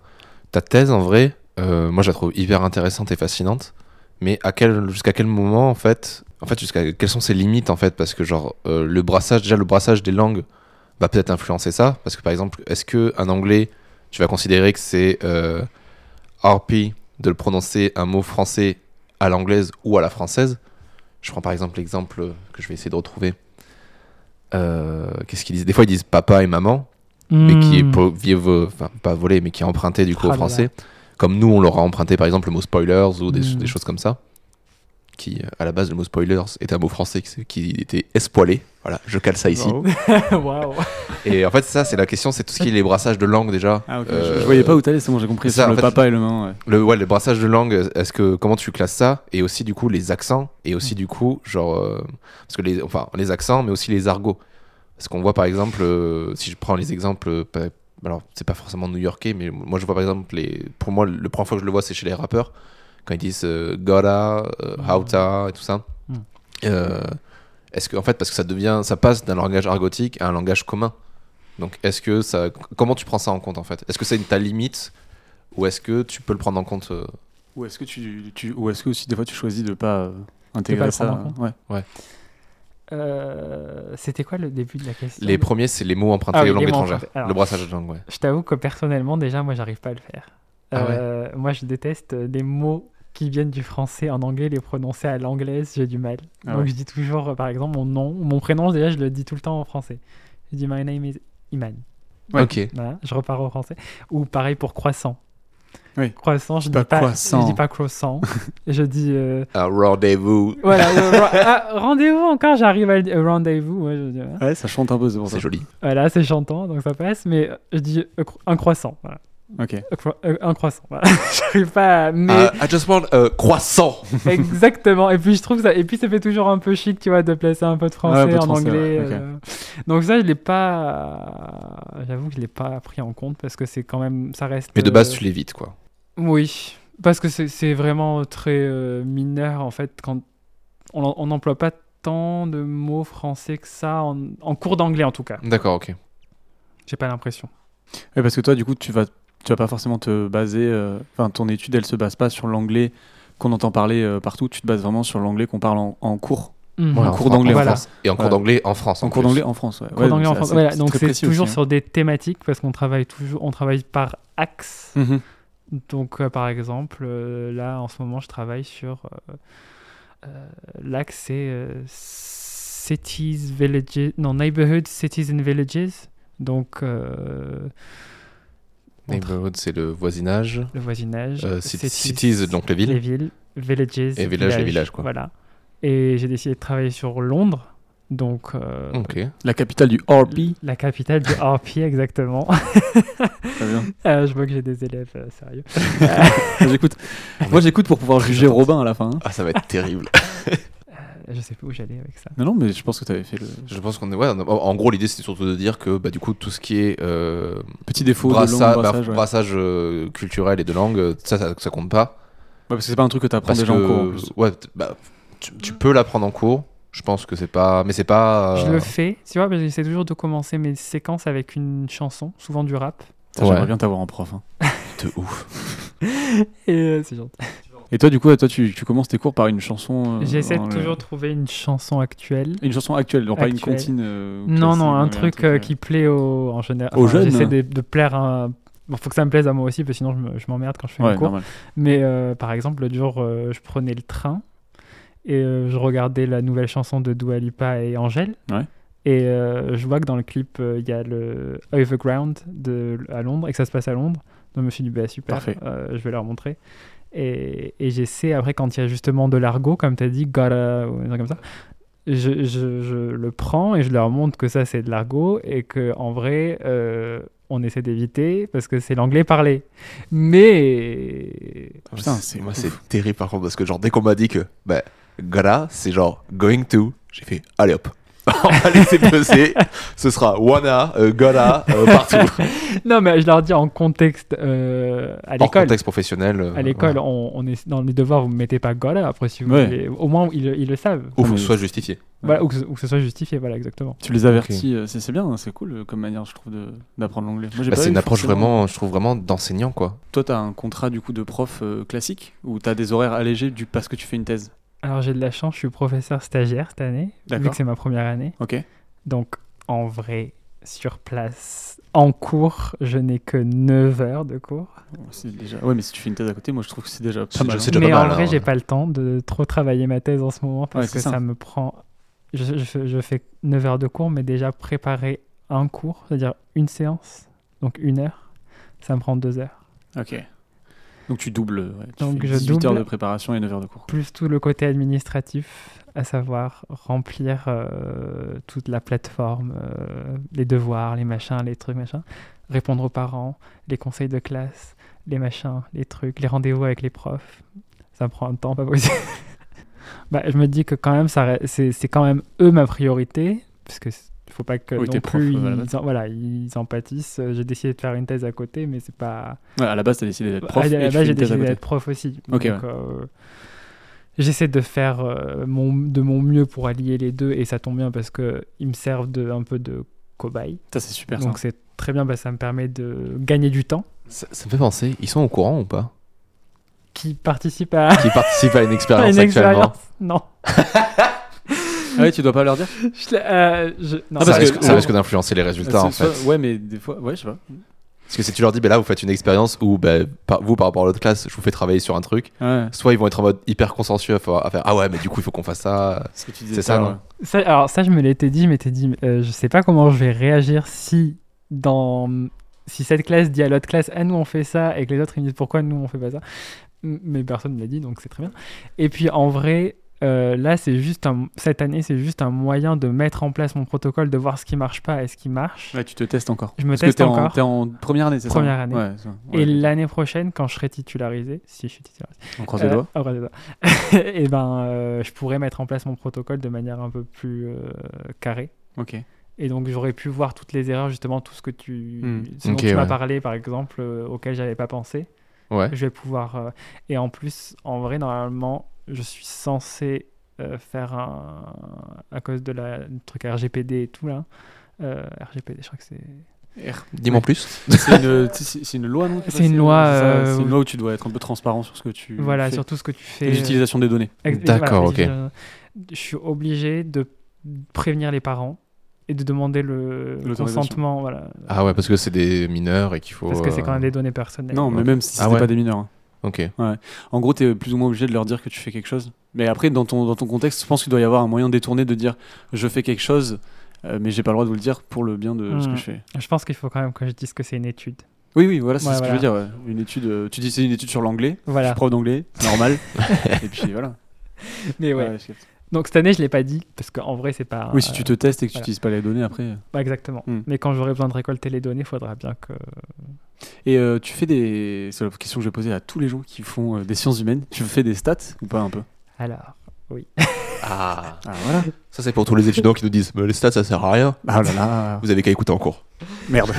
Speaker 1: Ta thèse, en vrai, euh, moi, je la trouve hyper intéressante et fascinante. Mais à quel, jusqu'à quel moment, en fait, en fait, jusqu'à quelles sont ses limites, en fait, parce que genre euh, le brassage, déjà le brassage des langues va peut-être influencer ça, parce que par exemple, est-ce que un anglais, tu vas considérer que c'est euh, RP de le prononcer un mot français à l'anglaise ou à la française Je prends par exemple l'exemple que je vais essayer de retrouver. Euh, Qu'est-ce qu'ils disent Des fois, ils disent papa et maman
Speaker 3: Hmm.
Speaker 1: mais qui est po- vie- vo- enfin pas volé, mais qui est emprunté du coup
Speaker 3: Ah
Speaker 1: au
Speaker 3: là
Speaker 1: français. Comme nous, on leur a emprunté par exemple le mot spoilers ou des,
Speaker 3: Mm.
Speaker 1: des choses comme ça. Qui euh, à la base, le mot spoilers est un mot français qui, qui était espoilé. Voilà, je cale ça ici.
Speaker 3: Waouh.
Speaker 1: Et en fait, ça, c'est la question c'est tout ce qui est les brassages de langue déjà.
Speaker 2: Ah, ok.
Speaker 1: Euh,
Speaker 2: Je, je voyais pas où t'allais, c'est bon, j'ai compris.
Speaker 1: c'est ça,
Speaker 2: Sur
Speaker 1: en
Speaker 2: le
Speaker 1: fait,
Speaker 2: papa et le maman, ouais.
Speaker 1: Le, ouais, le brassage de langue, est-ce que comment tu classes ça Et aussi du coup les accents, et aussi du coup genre euh, parce que les enfin les accents, mais aussi les argots. Parce qu'on voit par exemple, euh, si je prends les exemples, euh, pa- alors c'est pas forcément new-yorkais, mais moi je vois par exemple les, pour moi le première fois que je le vois c'est chez les rappeurs quand ils disent euh, gotta, euh,
Speaker 3: Mm.
Speaker 1: howta et tout ça.
Speaker 3: Mm.
Speaker 1: Euh, est-ce que en fait parce que ça devient, ça passe d'un langage argotique à un langage commun. Donc est-ce que ça, comment tu prends ça en compte en fait Est-ce que c'est une- ta limite ou est-ce que tu peux le prendre en compte euh,
Speaker 2: Ou est-ce que, tu, tu, ou est-ce que aussi, des fois, tu choisis de pas euh, intégrer
Speaker 3: le
Speaker 2: ça
Speaker 3: prendre en compte.
Speaker 2: ouais.
Speaker 3: Euh, c'était quoi le début de la question
Speaker 1: Les premiers, c'est les mots empruntés
Speaker 3: Ah oui,
Speaker 1: aux langues
Speaker 3: les mots
Speaker 1: étrangères.
Speaker 3: empruntés. Alors-
Speaker 1: Le brassage de langue, ouais.
Speaker 3: Je t'avoue que personnellement, déjà, moi, j'arrive pas à le faire.
Speaker 1: Ah ouais.
Speaker 3: Euh, Moi, je déteste les mots qui viennent du français en anglais, les prononcer à l'anglaise, j'ai du mal.
Speaker 2: Ah
Speaker 3: Donc,
Speaker 2: ouais.
Speaker 3: je dis toujours, euh, par exemple, mon nom, mon prénom, déjà, je le dis tout le temps en français. Je dis, my name is Iman.
Speaker 2: Ouais.
Speaker 1: Ok.
Speaker 3: Voilà, je repars au français. Ou pareil pour croissant.
Speaker 2: Oui.
Speaker 3: Croissant, je
Speaker 2: Pas
Speaker 3: dis pas
Speaker 2: croissant.
Speaker 3: Je dis pas croissant. je dis euh,
Speaker 1: Un Ah, rendez-vous.
Speaker 3: voilà. ouais, ouais, ah, rendez-vous encore, j'arrive à le dire. Euh, Rendez-vous. ouais, je dis, voilà.
Speaker 2: Ouais, ça chante un peu, c'est pour ça.
Speaker 1: C'est joli.
Speaker 3: Voilà, c'est chantant, donc ça passe. Mais euh, je dis euh, cro- un croissant. Voilà.
Speaker 2: Ok.
Speaker 3: Un cro- euh, Un croissant. Voilà. j'arrive pas. À... Mais
Speaker 1: Euh, I just want euh, croissant.
Speaker 2: Ah.
Speaker 3: Exactement. Et puis je trouve ça. Et puis ça fait toujours un peu chic, tu vois, de placer un peu de français
Speaker 2: un peu de
Speaker 3: en
Speaker 2: français,
Speaker 3: anglais.
Speaker 2: ouais, ok.
Speaker 3: euh. Donc ça, je l'ai pas. J'avoue que je l'ai pas pris en compte parce que c'est quand même, ça reste.
Speaker 1: Mais de base,
Speaker 3: euh,
Speaker 1: tu l'évites, quoi.
Speaker 3: Oui, parce que c'est- c'est vraiment très euh, mineur en fait. Quand on en- on n'emploie pas tant de mots français que ça en, en cours d'anglais en tout cas.
Speaker 1: D'accord, ok.
Speaker 3: J'ai pas l'impression.
Speaker 2: Ouais, parce que toi, du coup, tu vas, tu vas pas forcément te baser. euh, Enfin, ton étude, elle se base pas sur l'anglais qu'on entend parler euh, partout. Tu te bases vraiment sur l'anglais qu'on parle en, en cours,
Speaker 3: Mhm.
Speaker 1: Voilà,
Speaker 2: en cours
Speaker 1: Fran-
Speaker 2: d'anglais en
Speaker 3: Voilà.
Speaker 2: France.
Speaker 1: Et en cours
Speaker 2: Ouais.
Speaker 1: d'anglais en France.
Speaker 2: En cours
Speaker 1: plus.
Speaker 2: d'anglais en France, ouais.
Speaker 3: Cours
Speaker 2: Ouais,
Speaker 3: d'anglais
Speaker 2: donc
Speaker 3: en
Speaker 2: c'est
Speaker 3: français.
Speaker 2: assez-
Speaker 3: Voilà,
Speaker 2: c'est
Speaker 3: donc
Speaker 2: très
Speaker 3: c'est
Speaker 2: précis
Speaker 3: toujours
Speaker 2: aussi, hein.
Speaker 3: sur des thématiques parce qu'on travaille toujours, on travaille par axe.
Speaker 2: Mhm.
Speaker 3: Donc, euh, par exemple, euh, là, en ce moment, je travaille sur euh, euh, l'axe c'est euh, cities, villages, non, neighborhoods, cities and villages. Donc, euh,
Speaker 1: Neighborhood, c'est le voisinage.
Speaker 3: le voisinage.
Speaker 1: Euh, cit-
Speaker 3: cities,
Speaker 1: cities, donc les villes.
Speaker 3: les villes, villages,
Speaker 1: Et villages, les villages, quoi.
Speaker 3: Voilà. Et j'ai décidé de travailler sur Londres Donc, euh,
Speaker 1: Ok.
Speaker 2: La capitale du RP.
Speaker 3: la capitale du RP, exactement.
Speaker 2: Très bien.
Speaker 3: Euh, je vois que j'ai des élèves euh, sérieux.
Speaker 2: J'écoute. Moi, j'écoute pour pouvoir juger Robin à la fin. hein.
Speaker 1: Ah, ça va être terrible.
Speaker 3: Euh, Je sais plus où j'allais avec ça.
Speaker 2: Non, non, mais je pense que tu avais fait le
Speaker 1: Je pense qu'on est. Ouais, en- en gros, l'idée, c'était surtout de dire que, bah, du coup, tout ce qui est euh,
Speaker 2: petit défaut
Speaker 1: brassa-
Speaker 2: de langue,
Speaker 1: bah,
Speaker 2: brassage. ouais.
Speaker 1: brassage, euh, culturel et de langue, euh, ça, ça, ça compte pas.
Speaker 2: Ouais, parce que c'est pas un truc que t'apprends
Speaker 1: Parce
Speaker 2: déjà en
Speaker 1: que,
Speaker 2: cours. en plus.
Speaker 1: ouais, t- bah, tu, tu peux l'apprendre en cours. Je pense que c'est pas. Mais c'est pas.
Speaker 3: Je
Speaker 1: euh,
Speaker 3: le fais, tu vois, mais j'essaie toujours de commencer mes séquences avec une chanson, souvent du rap.
Speaker 2: Putain, J'aimerais
Speaker 1: ouais.
Speaker 2: bien t'avoir en prof. hein.
Speaker 1: de ouf.
Speaker 3: Et euh, c'est gentil.
Speaker 2: Et toi, du coup, toi, tu, tu commences tes cours par une chanson. euh,
Speaker 3: J'essaie
Speaker 2: en-
Speaker 3: de toujours trouver une chanson actuelle.
Speaker 2: Une chanson actuelle, donc pas une
Speaker 3: Actuelle.
Speaker 2: comptine. euh,
Speaker 3: Non,
Speaker 2: classique,
Speaker 3: non, un
Speaker 2: mais
Speaker 3: truc euh,
Speaker 2: euh,
Speaker 3: qui plaît aux, en général.
Speaker 2: Aux jeunes.
Speaker 3: J'essaie de, de plaire à. Bon, faut que ça me plaise à moi aussi, parce que sinon je me- je m'emmerde quand je fais
Speaker 2: Ouais,
Speaker 3: mes cours.
Speaker 2: normal.
Speaker 3: Mais euh, par exemple, l'autre jour, euh, je prenais le train et euh, je regardais la nouvelle chanson de Dua Lipa et Angèle.
Speaker 2: Ouais.
Speaker 3: Et euh, je vois que dans le clip, euh, il y a le Overground de, à Londres et que ça se passe à Londres. Donc je me suis dit, bah, super,
Speaker 2: Parfait.
Speaker 3: euh, je vais leur montrer. Et, et j'essaie, après, quand il y a justement de l'argot, comme tu as dit, gotta, ou un truc comme ça, je, je- je le prends et je leur montre que ça, c'est de l'argot et que en vrai, euh, on essaie d'éviter parce que c'est l'anglais parlé. Mais
Speaker 2: Putain, c'est
Speaker 1: euh, Moi,
Speaker 2: ouf.
Speaker 1: c'est terrible par contre, parce que, genre, dès qu'on m'a dit que, bah, gotta, c'est genre going to, j'ai fait, allez hop. On va laisser peser. Ce sera wanna, euh, gotta, euh, partout.
Speaker 3: Non, mais je leur dis en contexte euh, à
Speaker 1: Hors
Speaker 3: l'école.
Speaker 1: contexte professionnel. euh,
Speaker 3: À l'école,
Speaker 1: ouais.
Speaker 3: on, on est dans les devoirs, vous ne mettez pas Gola. Après, si vous
Speaker 2: Ouais.
Speaker 3: voulez, au moins ils, ils le savent.
Speaker 1: Ou faut
Speaker 2: mais-
Speaker 1: que ce soit justifié.
Speaker 3: Voilà, ou, que, ce- ou que ce soit justifié, voilà, exactement.
Speaker 2: Tu les avertis, euh, c'est c'est bien, hein, c'est cool euh, comme manière, je trouve, de- d'apprendre l'anglais. Moi, j'ai
Speaker 1: Bah,
Speaker 2: pas
Speaker 1: c'est
Speaker 2: eu
Speaker 1: une approche
Speaker 2: forcément-
Speaker 1: vraiment, je trouve vraiment d'enseignant, quoi.
Speaker 2: Toi, t'as un contrat du coup de prof euh, classique ou t'as des horaires allégés du parce que tu fais une thèse
Speaker 3: Alors, j'ai de la chance, je suis professeur stagiaire cette année, vu
Speaker 2: D'accord.
Speaker 3: que c'est ma première année.
Speaker 2: Ok.
Speaker 3: Donc, en vrai, sur place, en cours, je n'ai que 9 heures de cours.
Speaker 2: C'est déjà. Ouais, mais si tu fais une thèse à côté, moi, je trouve que c'est déjà
Speaker 1: C'est-
Speaker 2: pas mal.
Speaker 1: c'est
Speaker 2: hein.
Speaker 1: déjà
Speaker 3: mais
Speaker 1: pas mal,
Speaker 3: en vrai,
Speaker 1: hein.
Speaker 3: j'ai pas le temps de trop travailler ma thèse en ce moment parce
Speaker 2: Ouais,
Speaker 3: que
Speaker 2: c'est
Speaker 3: ça.
Speaker 2: ça.
Speaker 3: me prend. Je, je fais- je fais 9 heures de cours, mais déjà préparer un cours, c'est-à-dire une séance, donc une heure, ça me prend 2 heures.
Speaker 2: hein. Ok. Donc tu doubles. Ouais, tu
Speaker 3: Donc,
Speaker 2: fais
Speaker 3: je
Speaker 2: 18 heures
Speaker 3: double.
Speaker 2: de préparation et 9 heures de cours.
Speaker 3: Plus tout le côté administratif, à savoir remplir euh, toute la plateforme, euh, les devoirs, les machins, les trucs, machins, répondre aux parents, les conseils de classe, les machins, les trucs, les rendez-vous avec les profs. Ça me prend un temps pas possible. bah, je me dis que quand même, ça re- c'est c'est quand même eux ma priorité, parce que c'est- faut pas que
Speaker 2: Oui,
Speaker 3: non
Speaker 2: tes euh, profs,
Speaker 3: plus ils,
Speaker 2: voilà.
Speaker 3: en, voilà, ils en pâtissent. J'ai décidé de faire une thèse à côté, mais c'est pas
Speaker 2: Ouais, à la base, t'as décidé d'être prof.
Speaker 3: Bah, à
Speaker 2: et
Speaker 3: la
Speaker 2: tu
Speaker 3: base,
Speaker 2: fais
Speaker 3: j'ai
Speaker 2: une thèse à
Speaker 3: décidé
Speaker 2: côté.
Speaker 3: d'être prof aussi.
Speaker 2: Ok,
Speaker 3: Donc, euh, j'essaie de faire euh, mon, de mon mieux pour allier les deux et ça tombe bien parce que ils me servent de, un peu de cobaye.
Speaker 2: Ça, c'est super.
Speaker 3: Donc
Speaker 2: ça.
Speaker 3: c'est très bien, parce que ça me permet de gagner du temps.
Speaker 1: Ça, ça me fait penser, ils sont au courant ou pas
Speaker 3: Qui participe à
Speaker 1: Qui participent à une
Speaker 3: à
Speaker 1: expérience
Speaker 3: une
Speaker 1: actuellement
Speaker 3: expérience Non.
Speaker 2: Ah ouais, tu dois pas leur dire.
Speaker 3: Je, l'ai- euh, je- non.
Speaker 2: Ah,
Speaker 1: ça
Speaker 2: parce
Speaker 1: risque,
Speaker 2: que-
Speaker 1: ça
Speaker 2: ouais.
Speaker 1: risque d'influencer les résultats en
Speaker 2: Euh, C'est
Speaker 1: fait.
Speaker 2: soit- Ouais, mais des fois, ouais, je sais pas.
Speaker 1: Parce que si tu leur dis, ben là vous faites une expérience où ben, par- vous par rapport à l'autre classe, je vous fais travailler sur un truc,
Speaker 2: Ouais.
Speaker 1: soit ils vont être en mode hyper consciencieux à faire, à faire, ah ouais, mais du coup il faut qu'on fasse ça.
Speaker 2: Ce que tu disais
Speaker 1: C'est
Speaker 2: tout à
Speaker 1: ça,
Speaker 2: l'heure,
Speaker 1: non
Speaker 3: Ça- alors ça, je me l'étais dit, je m'étais dit, euh, je sais pas comment je vais réagir si dans si cette classe dit à l'autre classe, ah nous on fait ça, et que les autres ils me disent pourquoi nous on fait pas ça. M- Mais personne ne l'a dit, donc c'est très bien. Et puis en vrai, euh, là c'est juste un- cette année c'est juste un moyen de mettre en place mon protocole, de voir ce qui marche pas et ce qui marche.
Speaker 2: Ouais, tu te testes encore.
Speaker 3: Je me
Speaker 2: Parce
Speaker 3: teste
Speaker 2: que t'es En,
Speaker 3: encore.
Speaker 2: t'es en première année, c'est ça
Speaker 3: Première année.
Speaker 2: Ouais, ça, ouais.
Speaker 3: Et l'année prochaine, quand je serai titularisé, si je suis titularisé.
Speaker 2: On croise les
Speaker 3: Euh,
Speaker 2: doigts.
Speaker 3: oh, croise les doigts. et ben, euh, je pourrais mettre en place mon protocole de manière un peu plus euh, carrée.
Speaker 2: Ok.
Speaker 3: Et donc j'aurais pu voir toutes les erreurs, justement, tout ce que tu,
Speaker 2: Hmm.
Speaker 3: ce dont
Speaker 1: Ok,
Speaker 3: tu m'as
Speaker 1: ouais.
Speaker 3: parlé, par exemple, euh, auquel j'avais pas pensé.
Speaker 1: Ouais.
Speaker 3: Je vais pouvoir... euh, Et en plus, en vrai, normalement, je suis censé euh, faire un... À cause de la du truc RGPD et tout, là. euh, RGPD, je crois que c'est...
Speaker 1: Dis-moi en plus.
Speaker 2: C'est une, c'est- c'est une loi, non
Speaker 3: C'est une loi,
Speaker 2: C'est ça,
Speaker 3: euh,
Speaker 2: C'est
Speaker 3: où-
Speaker 2: une loi où tu dois être un peu transparent sur ce que tu.
Speaker 3: Voilà,
Speaker 2: fais.
Speaker 3: sur tout ce que tu fais. euh,
Speaker 2: Et l'utilisation des données.
Speaker 3: Ex-
Speaker 1: D'accord, ok.
Speaker 3: Je, je suis obligé de prévenir les parents et de demander le
Speaker 2: L'autorisation.
Speaker 3: consentement, voilà.
Speaker 1: Ah ouais, parce que c'est des mineurs et qu'il faut.
Speaker 3: Parce que c'est quand même
Speaker 1: euh,
Speaker 3: des données personnelles.
Speaker 2: Non, mais
Speaker 1: Ouais.
Speaker 2: même si
Speaker 1: Ah
Speaker 2: c'était
Speaker 1: ouais.
Speaker 2: pas des mineurs. hein.
Speaker 1: Ok.
Speaker 2: En gros, t'es plus ou moins obligé de leur dire que tu fais quelque chose. Mais après, dans ton, dans ton contexte, je pense qu'il doit y avoir un moyen détourné de dire je fais quelque chose, euh, mais j'ai pas le droit de vous le dire pour le bien de ce
Speaker 3: Mm.
Speaker 2: que je fais.
Speaker 3: Je pense qu'il faut quand même que je dise que c'est une étude.
Speaker 2: Oui, oui, voilà, c'est
Speaker 3: Ouais,
Speaker 2: ce que
Speaker 3: voilà. Ah.
Speaker 2: je veux dire. ouais. Une étude, euh, tu dis c'est une étude sur l'anglais, je
Speaker 3: Voilà.
Speaker 2: suis prof d'anglais, normal. et puis voilà.
Speaker 3: Mais ouais.
Speaker 2: je capte.
Speaker 3: Donc cette année, je l'ai pas dit parce qu'en vrai, c'est pas.
Speaker 2: Oui, si tu
Speaker 3: euh,
Speaker 2: te testes et que tu
Speaker 3: voilà.
Speaker 2: n'utilises pas les données après.
Speaker 3: pas exactement.
Speaker 2: Hmm.
Speaker 3: Mais quand j'aurai besoin de récolter les données, il faudra bien que.
Speaker 2: Et euh, tu fais des. C'est la question que j'ai posée à tous les gens qui font euh, des sciences humaines. Tu fais des stats ou pas un peu
Speaker 3: Alors,
Speaker 1: Ah.
Speaker 2: Ah voilà.
Speaker 1: Ça, c'est pour tous les étudiants qui nous disent Mais les stats, ça sert à rien.
Speaker 2: Ah là là.
Speaker 1: Vous avez qu'à écouter en cours.
Speaker 2: Merde.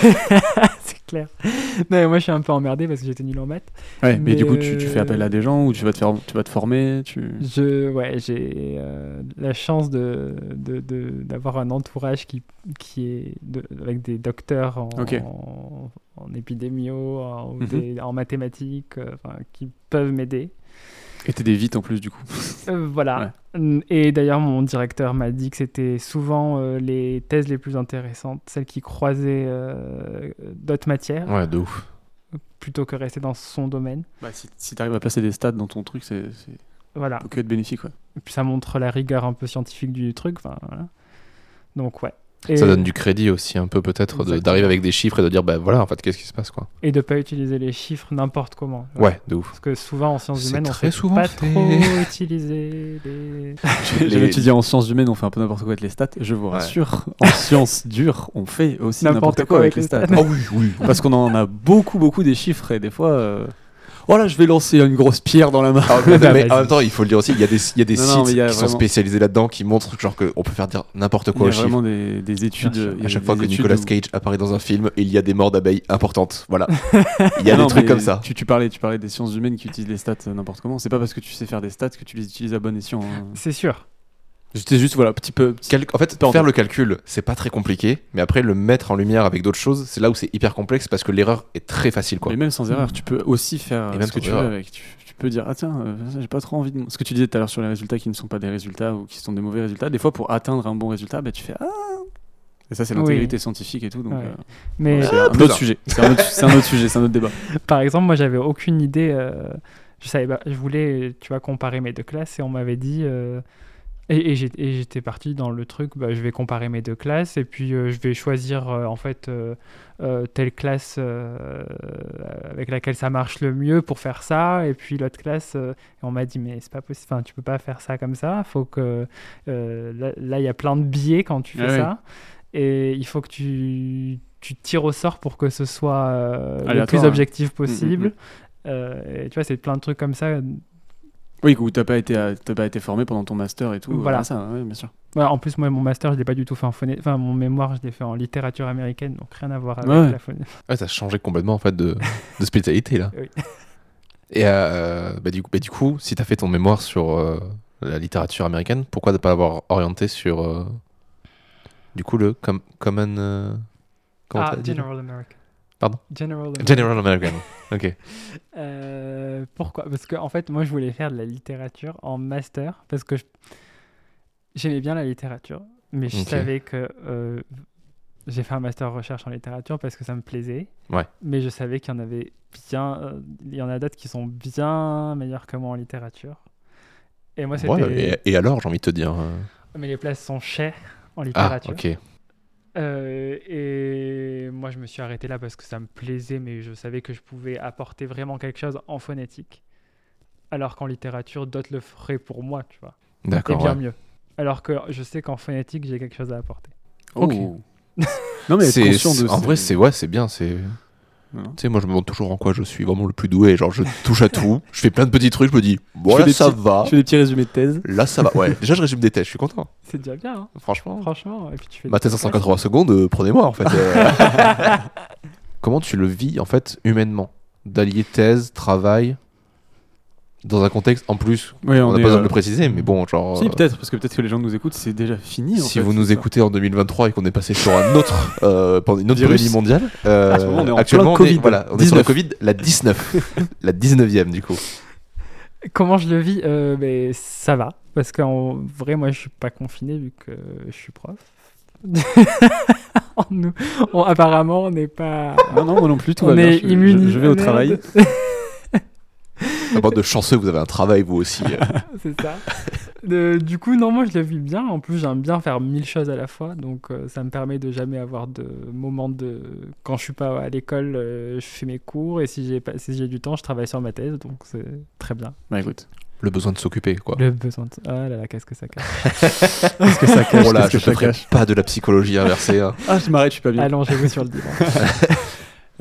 Speaker 3: c'est clair. Non, mais moi, je suis un peu emmerdé parce que j'étais nul en maths.
Speaker 2: Ouais, mais,
Speaker 3: Mais
Speaker 2: du coup, tu, tu
Speaker 3: euh,
Speaker 2: fais appel à des gens ou tu vas te faire, tu vas te former. Tu.
Speaker 3: Je, ouais, j'ai euh, la chance de de- de- d'avoir un entourage qui qui est de- avec des docteurs en
Speaker 2: Ok.
Speaker 3: en, en épidémio, en, ou
Speaker 2: Mhm.
Speaker 3: des- en mathématiques, euh, enfin, qui peuvent m'aider.
Speaker 2: Et t'es des vites en plus du coup.
Speaker 3: Euh, voilà. Et d'ailleurs, mon directeur m'a dit que c'était souvent euh, les thèses les plus intéressantes, celles qui croisaient euh, d'autres matières,
Speaker 1: Ouais, de ouf.
Speaker 3: plutôt que rester dans son domaine.
Speaker 2: Bah, si si t'arrives à placer des stats dans ton truc, c'est c'est-
Speaker 3: Voilà.
Speaker 2: peut que être bénéfique. Ouais.
Speaker 3: Et puis ça montre la rigueur un peu scientifique du truc. Enfin, voilà. Donc, ouais. Et,
Speaker 1: Ça donne du crédit aussi, un peu peut-être, de-
Speaker 3: Exactement.
Speaker 1: d'arriver avec des chiffres et de dire Bah voilà, en fait, qu'est-ce qui se passe, quoi.
Speaker 3: et de ne pas utiliser les chiffres n'importe comment.
Speaker 1: Ouais, de ouf.
Speaker 3: Parce que souvent en sciences
Speaker 1: C'est
Speaker 3: humaines, on
Speaker 1: très
Speaker 3: ne
Speaker 1: souvent
Speaker 3: pas
Speaker 1: fait.
Speaker 3: trop utiliser les.
Speaker 2: J'avais étudié en sciences humaines, on fait un peu n'importe quoi avec les stats. Je vous
Speaker 1: Ouais.
Speaker 2: rassure, en sciences dures, on fait aussi n'importe quoi avec les stats.
Speaker 1: Ah oui, oui.
Speaker 2: Parce qu'on en a beaucoup, beaucoup des chiffres et des fois. euh, Oh là, je vais lancer une grosse pierre dans la main.
Speaker 1: Ah, mais,
Speaker 3: Bah,
Speaker 1: mais en
Speaker 3: vas-y.
Speaker 1: même temps, il faut le dire aussi, il y a des, il y a des
Speaker 2: Non, non, mais
Speaker 1: sites
Speaker 2: il y a
Speaker 1: qui sont
Speaker 2: vraiment-
Speaker 1: spécialisés là-dedans qui montrent genre qu'on peut faire dire n'importe
Speaker 2: Il y
Speaker 1: quoi
Speaker 2: a
Speaker 1: aux chiffres.
Speaker 2: vraiment des, des études.
Speaker 3: Bien sûr.
Speaker 2: il y a
Speaker 1: À chaque
Speaker 2: des
Speaker 1: fois que
Speaker 2: études
Speaker 1: Nicolas
Speaker 2: où-
Speaker 1: Cage apparaît dans un film, il y a des morts d'abeilles importantes. Voilà. Il y a
Speaker 2: Ah Non,
Speaker 1: des trucs
Speaker 2: mais
Speaker 1: comme ça.
Speaker 2: Tu, tu parlais, tu parlais des sciences humaines qui utilisent les stats euh, n'importe comment. C'est pas parce que tu sais faire des stats que tu les utilises à bon escient. hein.
Speaker 3: C'est sûr.
Speaker 2: C'était juste, voilà, petit peu. petit-
Speaker 1: Cal- en fait,
Speaker 2: Pardon.
Speaker 1: faire le calcul, c'est pas très compliqué, mais après le mettre en lumière avec d'autres choses, c'est là où c'est hyper complexe parce que l'erreur est très facile, quoi.
Speaker 2: Mais même sans erreur, tu peux aussi faire
Speaker 1: Et
Speaker 2: euh,
Speaker 1: même
Speaker 2: ce que
Speaker 1: sans
Speaker 2: tu veux
Speaker 1: erreur.
Speaker 2: avec. Tu, tu peux dire, ah tiens, euh, ça, j'ai pas trop envie de. Ce que tu disais tout à l'heure sur les résultats qui ne sont pas des résultats ou qui sont des mauvais résultats, des fois pour atteindre un bon résultat, bah, tu fais, ah Et ça, c'est
Speaker 3: Oui.
Speaker 2: l'intégrité scientifique et tout. Donc,
Speaker 3: Ouais.
Speaker 2: euh,
Speaker 3: Mais
Speaker 2: c'est un
Speaker 1: plus
Speaker 2: autre
Speaker 1: tard.
Speaker 2: sujet. C'est un autre c'est un autre sujet, c'est un autre débat.
Speaker 3: Par exemple, moi, j'avais aucune idée. euh, je savais pas- je voulais, tu vois, comparer mes deux classes et on m'avait dit. euh, et et j'ai- et j'étais parti dans le truc, bah, je vais comparer mes deux classes et puis euh, je vais choisir euh, en fait euh, euh, telle classe euh, avec laquelle ça marche le mieux pour faire ça et puis l'autre classe. euh, et on m'a dit mais c'est pas possible, enfin, tu peux pas faire ça comme ça. Faut que euh, là- là il y a plein de biais quand tu fais
Speaker 2: Ah oui.
Speaker 3: ça et il faut que tu tu tires au sort pour que ce soit euh, le
Speaker 2: Aléatoire,
Speaker 3: plus
Speaker 2: hein.
Speaker 3: objectif possible.
Speaker 2: Mm, mm,
Speaker 3: Euh, et tu vois, c'est plein de trucs comme ça.
Speaker 2: Oui, où t'as pas, été à- t'as pas été formé pendant ton master et tout.
Speaker 3: Voilà.
Speaker 2: euh, ça, ouais, bien sûr.
Speaker 3: Voilà, en plus, moi, mon master, je l'ai pas du tout fait en phoné... Enfin, mon mémoire, je l'ai fait en littérature américaine, donc rien à voir avec
Speaker 2: Ouais.
Speaker 3: la phoné.
Speaker 1: Ouais, ça a changé complètement en fait de, de spécialité là.
Speaker 3: Oui.
Speaker 1: Et euh, bah, du coup, bah, du coup, si t'as fait ton mémoire sur euh, la littérature américaine, pourquoi ne pas l'avoir orienté sur euh, du coup le com- common euh, comment
Speaker 3: Ah,
Speaker 1: t'as dit, là
Speaker 3: General American.
Speaker 1: Pardon
Speaker 3: General American.
Speaker 1: General American. ok.
Speaker 3: Euh, pourquoi Parce que en fait, moi, je voulais faire de la littérature en master parce que je- j'aimais bien la littérature, mais je
Speaker 1: Ok.
Speaker 3: savais que euh, j'ai fait un master recherche en littérature parce que ça me plaisait.
Speaker 1: Ouais.
Speaker 3: Mais je savais qu'il y en avait bien, euh, il y en a d'autres qui sont bien meilleurs que moi en littérature. Et moi, c'était.
Speaker 1: Ouais, et, et alors, j'ai envie de te dire. euh,
Speaker 3: Mais les places sont chères en
Speaker 1: Ah,
Speaker 3: littérature.
Speaker 1: ok.
Speaker 3: Euh, et moi, je me suis arrêté là parce que ça me plaisait, mais je savais que je pouvais apporter vraiment quelque chose en phonétique. Alors qu'en littérature, d'autres le feraient pour moi, tu vois. Et
Speaker 1: D'accord.
Speaker 3: bien
Speaker 1: ouais.
Speaker 3: mieux. Alors que je sais qu'en phonétique, j'ai quelque chose à apporter.
Speaker 1: Ok.
Speaker 2: Oh. non, mais être
Speaker 1: C'est-
Speaker 2: conscient de
Speaker 1: c'est- en
Speaker 2: ce-
Speaker 1: vrai, c'est ouais, c'est bien. C'est
Speaker 2: Non.
Speaker 1: tu sais, moi, je me demande toujours en quoi je suis vraiment le plus doué. Genre, je touche à tout, je fais plein de petits trucs, je me dis,
Speaker 2: Je fais
Speaker 1: voilà,
Speaker 2: des
Speaker 1: ça
Speaker 2: petits-
Speaker 1: va.
Speaker 2: Je fais des petits résumés de thèse.
Speaker 1: Là, ça va. Ouais. Déjà, je résume des tests. Je suis content.
Speaker 3: C'est déjà bien, hein,
Speaker 1: Franchement.
Speaker 3: franchement. Et puis tu fais
Speaker 1: Ma
Speaker 3: des
Speaker 1: thèse en
Speaker 3: podcasts.
Speaker 1: 180 secondes, euh, prenez-moi en fait. euh. Comment tu le vis en fait humainement D'allier thèse, travail, dans un contexte en plus,
Speaker 2: Oui,
Speaker 1: on euh, n'a pas besoin de le préciser, mais bon, genre.
Speaker 2: euh, Si,
Speaker 1: euh,
Speaker 2: peut-être, parce que peut-être que les gens nous écoutent, c'est déjà fini. en
Speaker 1: si
Speaker 2: fait,
Speaker 1: vous
Speaker 2: c'est
Speaker 1: nous
Speaker 2: ça.
Speaker 1: écoutez en 2023 et qu'on est passé sur un autre, euh, pendant une autre
Speaker 2: Virus.
Speaker 1: pandémie mondiale, euh,
Speaker 2: À ce moment, on est en
Speaker 1: actuellement
Speaker 2: plein
Speaker 1: on est,
Speaker 2: Covid.
Speaker 1: voilà, on est sur le
Speaker 2: 19.
Speaker 1: Covid, la 19, la 19e du coup.
Speaker 3: Comment je le vis Euh, mais Ça va. Parce qu'en vrai, moi, je suis pas confiné vu que je suis prof. On nous- on- apparemment, on n'est pas.
Speaker 2: Ah non, moi non plus, tout va
Speaker 3: on
Speaker 2: bien,
Speaker 3: est
Speaker 2: je-
Speaker 3: immunisé.
Speaker 2: Je, je vais au
Speaker 3: Merde.
Speaker 2: travail.
Speaker 1: À bord de chanceux, vous avez un travail vous aussi. euh.
Speaker 3: C'est ça. De- du coup, non, moi je le vis bien. En plus, j'aime bien faire mille choses à la fois. Donc, euh, ça me permet de jamais avoir de moment de. Quand je suis pas à l'école, euh, je fais mes cours. Et si j'ai pas... si j'ai du temps, je travaille sur ma thèse. Donc, c'est très bien.
Speaker 2: Bah écoute,
Speaker 1: le besoin de s'occuper, quoi.
Speaker 3: Le besoin de... Ah là là, qu'est-ce que ça cache
Speaker 2: Qu'est-ce que ça cache
Speaker 1: Oh là,
Speaker 2: Qu'est-ce que
Speaker 1: je
Speaker 2: ça
Speaker 1: ne ferai
Speaker 2: cache
Speaker 1: pas de la psychologie inversée. hein.
Speaker 2: Ah, je m'arrête, je suis pas bien.
Speaker 3: Allongez-vous sur le divan.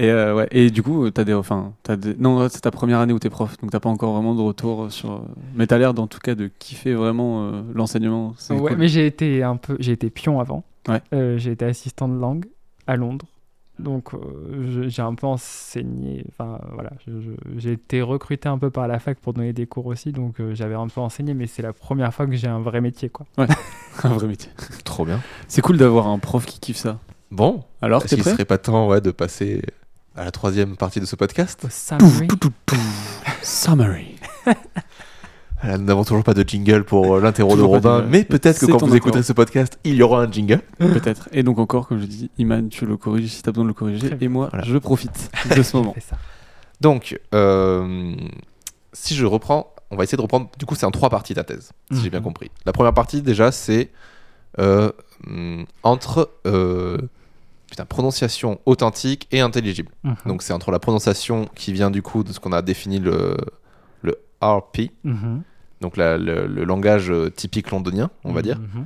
Speaker 2: Et, euh, ouais. et du coup, t'as des, enfin, t'as des... non, c'est ta première année où t'es prof, donc t'as pas encore vraiment de retour sur. Mais t'as l'air, en tout cas, de kiffer vraiment euh, l'enseignement. C'est
Speaker 3: Ouais,
Speaker 2: cool.
Speaker 3: mais j'ai été un peu, j'ai été pion avant.
Speaker 2: Ouais.
Speaker 3: Euh, j'ai été assistant de langue à Londres, donc euh, je- j'ai un peu enseigné. Enfin voilà, je- je- j'ai été recruté un peu par la fac pour donner des cours aussi, donc euh, j'avais un peu enseigné, mais c'est la première fois que j'ai un vrai métier quoi.
Speaker 2: un vrai métier.
Speaker 1: Trop bien.
Speaker 2: C'est cool d'avoir un prof qui kiffe ça.
Speaker 1: Bon,
Speaker 2: Alors,
Speaker 1: est-ce
Speaker 2: t'es
Speaker 1: qu'il
Speaker 2: prêt
Speaker 1: serait pas temps ouais, de passer à la troisième partie de ce podcast
Speaker 3: Summary.
Speaker 2: Summary.
Speaker 1: Voilà, Ah, Nous n'avons toujours pas de jingle pour euh, l'interro de
Speaker 2: Toujours pas de
Speaker 1: Robin,
Speaker 2: jingle.
Speaker 1: mais peut-être que
Speaker 2: C'est
Speaker 1: quand
Speaker 2: ton
Speaker 1: vous écouterez
Speaker 2: interro.
Speaker 1: ce podcast, il y aura un jingle.
Speaker 2: Peut-être. Et donc encore, comme je dis, Iman, tu le corriges si t'as besoin de le corriger.
Speaker 3: Très bien.
Speaker 2: Et moi,
Speaker 1: Voilà.
Speaker 2: je profite de ce moment.
Speaker 3: Fais ça.
Speaker 1: Donc, euh, si je reprends, on va essayer de reprendre. Du coup, c'est en trois parties ta thèse, si j'ai bien
Speaker 3: Mhm.
Speaker 1: compris. La première partie, déjà, c'est euh, hum, entre euh, putain, prononciation authentique et intelligible.
Speaker 3: Mhm.
Speaker 1: Donc, c'est entre la prononciation qui vient du coup de ce qu'on a défini le, le RP,
Speaker 3: Mhm.
Speaker 1: donc la- le, le langage euh, typique londonien, on va dire,
Speaker 3: Mhm.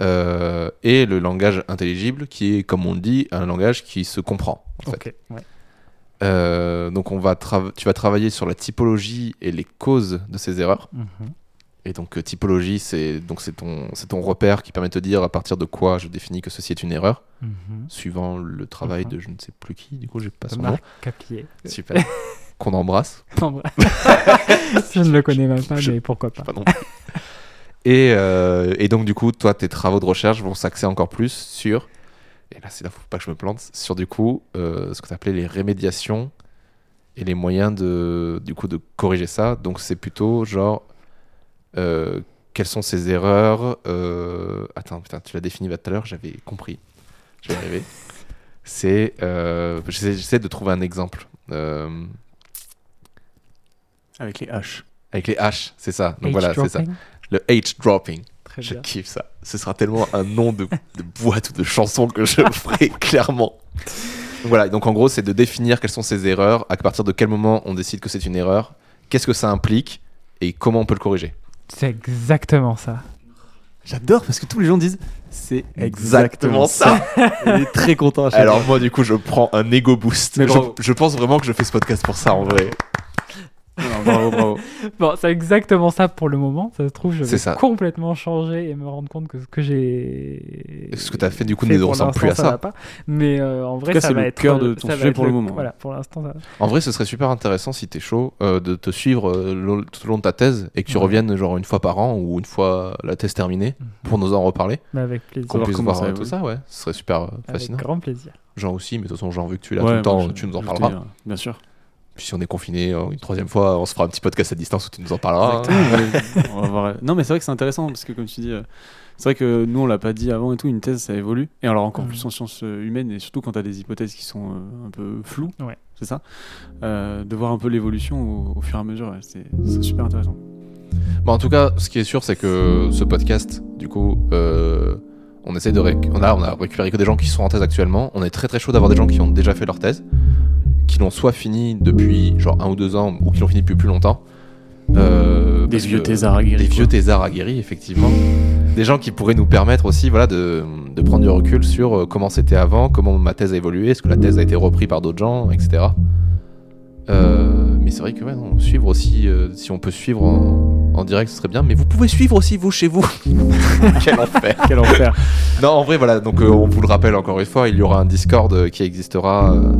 Speaker 1: euh, et le langage intelligible qui est, comme on le dit, un langage qui se comprend. En fait.
Speaker 3: Ok. ouais.
Speaker 1: Euh, donc on va trava- tu vas travailler sur la typologie et les causes de ces erreurs.
Speaker 3: Mhm.
Speaker 1: Et donc euh, typologie, c'est donc c'est ton c'est ton repère qui permet de te dire à partir de quoi je définis que ceci est une erreur,
Speaker 3: Mhm.
Speaker 1: suivant le travail
Speaker 3: Mhm.
Speaker 1: de je ne sais plus qui. Du coup, j'ai pas son nom.
Speaker 3: Marc Capier.
Speaker 1: Super. Qu'on embrasse.
Speaker 3: En vrai. je ne le connais même pas, mais pourquoi pas.
Speaker 1: Pas non plus. Et, euh, et donc du coup, toi, tes travaux de recherche vont s'axer encore plus sur et là, c'est là, faut pas que je me plante sur du coup euh, ce que tu appelais les rémédiations et les moyens de du coup de corriger ça. Donc c'est plutôt genre euh, quelles sont ces erreurs euh, Attends, putain, tu l'as défini tout à l'heure, j'avais compris. Je vais y arriver. C'est euh, j'essaie j'essaie de trouver un exemple. Euh,
Speaker 2: Avec les H.
Speaker 1: avec les H, c'est ça. Donc voilà, c'est ça.
Speaker 3: H-dropping.
Speaker 1: Le H dropping.
Speaker 3: Très
Speaker 1: Je
Speaker 3: bien.
Speaker 1: kiffe ça. Ce sera tellement un nom de, de boîte ou de chanson que je ferai clairement. Donc Voilà, donc en gros, c'est de définir quelles sont ces erreurs, à partir de quel moment on décide que c'est une erreur, qu'est-ce que ça implique et comment on peut le corriger.
Speaker 3: C'est exactement ça.
Speaker 2: J'adore parce que tous les gens disent c'est
Speaker 1: Exactement ça.
Speaker 2: Il est très content à chaque
Speaker 1: Alors moi, du coup, je prends un ego boost.
Speaker 2: Mais
Speaker 1: Je,
Speaker 2: bravo.
Speaker 1: je pense vraiment que je fais ce podcast pour ça en vrai.
Speaker 2: fois. Alors, bravo, bravo.
Speaker 3: Bon, c'est exactement ça pour le moment. Ça se trouve, je
Speaker 1: C'est
Speaker 3: vais
Speaker 1: ça.
Speaker 3: complètement changer et me rendre compte que ce que j'ai.
Speaker 1: Ce que t'as fait, du coup, ne
Speaker 3: pour
Speaker 1: ressemble plus
Speaker 3: l'instant,
Speaker 1: à ça.
Speaker 3: va pas. Mais euh, en vrai,
Speaker 2: cas,
Speaker 3: ça
Speaker 2: c'est
Speaker 3: va
Speaker 2: le
Speaker 3: être. euh,
Speaker 2: cœur de ton
Speaker 3: ça va
Speaker 2: sujet
Speaker 3: être
Speaker 2: pour le moment.
Speaker 3: Voilà, pour l'instant, ça va.
Speaker 1: En vrai, ce serait super intéressant si t'es chaud euh, de te suivre euh, lo- tout au long de ta thèse et que tu
Speaker 3: Ouais.
Speaker 1: reviennes genre une fois par an ou une fois la thèse terminée pour nous en reparler.
Speaker 3: Mais avec plaisir.
Speaker 1: Qu'on
Speaker 2: Savoir
Speaker 1: puisse
Speaker 2: comment
Speaker 1: voir
Speaker 2: ça
Speaker 1: euh, tout
Speaker 2: évolue.
Speaker 1: ça, ouais. Ce serait super euh,
Speaker 3: Avec
Speaker 1: fascinant.
Speaker 3: grand plaisir.
Speaker 1: Jean aussi, mais de toute façon, Jean, vu que tu es là
Speaker 2: Ouais,
Speaker 1: tout le temps,
Speaker 2: moi, je-
Speaker 1: tu nous en
Speaker 2: je hein.
Speaker 1: parleras.
Speaker 2: te dirai, Bien sûr.
Speaker 1: Puis si on est confiné euh, une troisième fois, on se fera un petit podcast à distance où tu nous en parleras. hein.
Speaker 2: Exactement, mais on va voir. Non, mais c'est vrai que c'est intéressant parce que, comme tu dis, euh, c'est vrai que nous, on l'a pas dit avant et tout, une thèse, ça évolue. Et alors, encore
Speaker 3: Mhm.
Speaker 2: plus en sciences euh, humaines et surtout quand tu as des hypothèses qui sont euh, un peu floues,
Speaker 3: Ouais.
Speaker 2: c'est ça Euh, De voir un peu l'évolution au, au fur et à mesure, ouais, c'est c'est super intéressant.
Speaker 1: Bon, Bah, en tout cas, ce qui est sûr, c'est que ce podcast, du coup, euh, on essaie de réc- on, a, on a récupéré que des gens qui sont en thèse actuellement. On est très très chaud d'avoir des gens qui ont déjà fait leur thèse, qui l'ont soit fini depuis genre un ou deux ans, ou qui l'ont fini depuis plus longtemps. Euh, parce que-
Speaker 2: aguerris.
Speaker 1: des vieux thésards aguerris, effectivement. Des gens qui pourraient nous permettre aussi voilà, de, de prendre du recul sur euh, comment c'était avant, comment ma thèse a évolué, est-ce que la thèse a été reprise par d'autres gens, etc. Euh, mais c'est vrai que ouais, non, suivre aussi, euh, si on peut suivre en, en direct, ce serait bien. Mais vous pouvez suivre aussi, vous, chez vous. Quel enfer.
Speaker 2: Quel enfer.
Speaker 1: Non, en vrai, voilà, donc euh, on vous le rappelle encore une fois, il y aura un Discord euh, qui existera euh,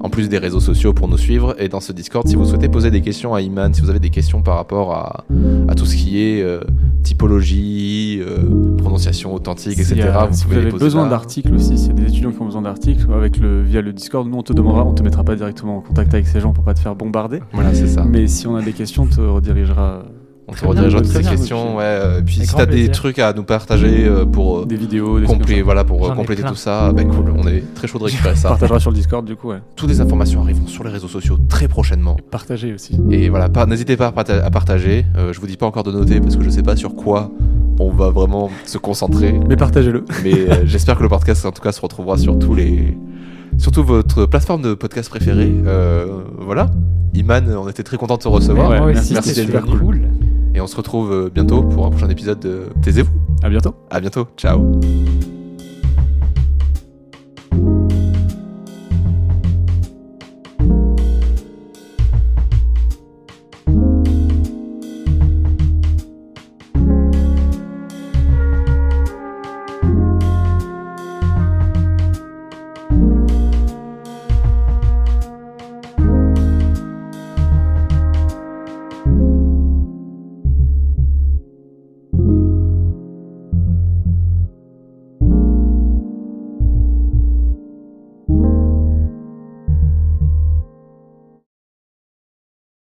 Speaker 1: en plus des réseaux sociaux pour nous suivre. Et dans ce Discord, si vous souhaitez poser des questions à Iman, si vous avez des questions par rapport à, à tout ce qui est euh, typologie, euh, prononciation authentique,
Speaker 2: Si,
Speaker 1: etc.,
Speaker 2: euh,
Speaker 1: vous
Speaker 2: si vous
Speaker 1: pouvez les
Speaker 2: avez
Speaker 1: poser
Speaker 2: besoin
Speaker 1: là.
Speaker 2: d'articles aussi, s'il y a des étudiants qui ont besoin d'articles, avec le, via le Discord, nous on te demandera, on te mettra pas directement en contact avec ces gens pour pas te faire bombarder.
Speaker 1: Voilà, c'est ça.
Speaker 2: Mais si on a des questions, on te redirigera
Speaker 1: On te
Speaker 3: Très
Speaker 1: redirigera
Speaker 2: bien,
Speaker 1: toutes
Speaker 2: très
Speaker 1: ces
Speaker 2: bien,
Speaker 1: questions.
Speaker 2: Gauthier.
Speaker 1: Ouais, euh, et puis
Speaker 3: Avec
Speaker 1: si
Speaker 3: grand
Speaker 1: t'as des
Speaker 3: plaisir.
Speaker 1: trucs à nous partager euh, pour, euh,
Speaker 2: des vidéos, des
Speaker 1: complé-
Speaker 2: trucs comme
Speaker 1: voilà, pour euh,
Speaker 3: J'en ai
Speaker 1: compléter
Speaker 3: plein.
Speaker 1: tout ça, ben cool, on est très chaud de récupérer
Speaker 2: ça.
Speaker 1: ça.
Speaker 2: Partagera sur le Discord du coup, ouais.
Speaker 1: Toutes les informations arriveront sur les réseaux sociaux très prochainement.
Speaker 2: Partagez aussi.
Speaker 1: Et voilà, par- n'hésitez pas à, parta- à partager. Euh, je vous dis pas encore de noter parce que je sais pas sur quoi on va vraiment se concentrer.
Speaker 2: Mais partagez-le.
Speaker 1: Mais euh, j'espère que le podcast en tout cas se retrouvera sur tous les, surtout votre plateforme de podcast préférée. Euh, voilà. Iman, on était très content de te recevoir.
Speaker 2: Ouais,
Speaker 3: moi
Speaker 2: merci,
Speaker 3: aussi,
Speaker 1: merci
Speaker 3: c'était
Speaker 1: d'être
Speaker 3: super
Speaker 1: venu.
Speaker 3: cool.
Speaker 1: Et Et on se retrouve euh, bientôt pour un prochain épisode de Taisez-vous.
Speaker 2: À bientôt.
Speaker 1: À bientôt. Ciao.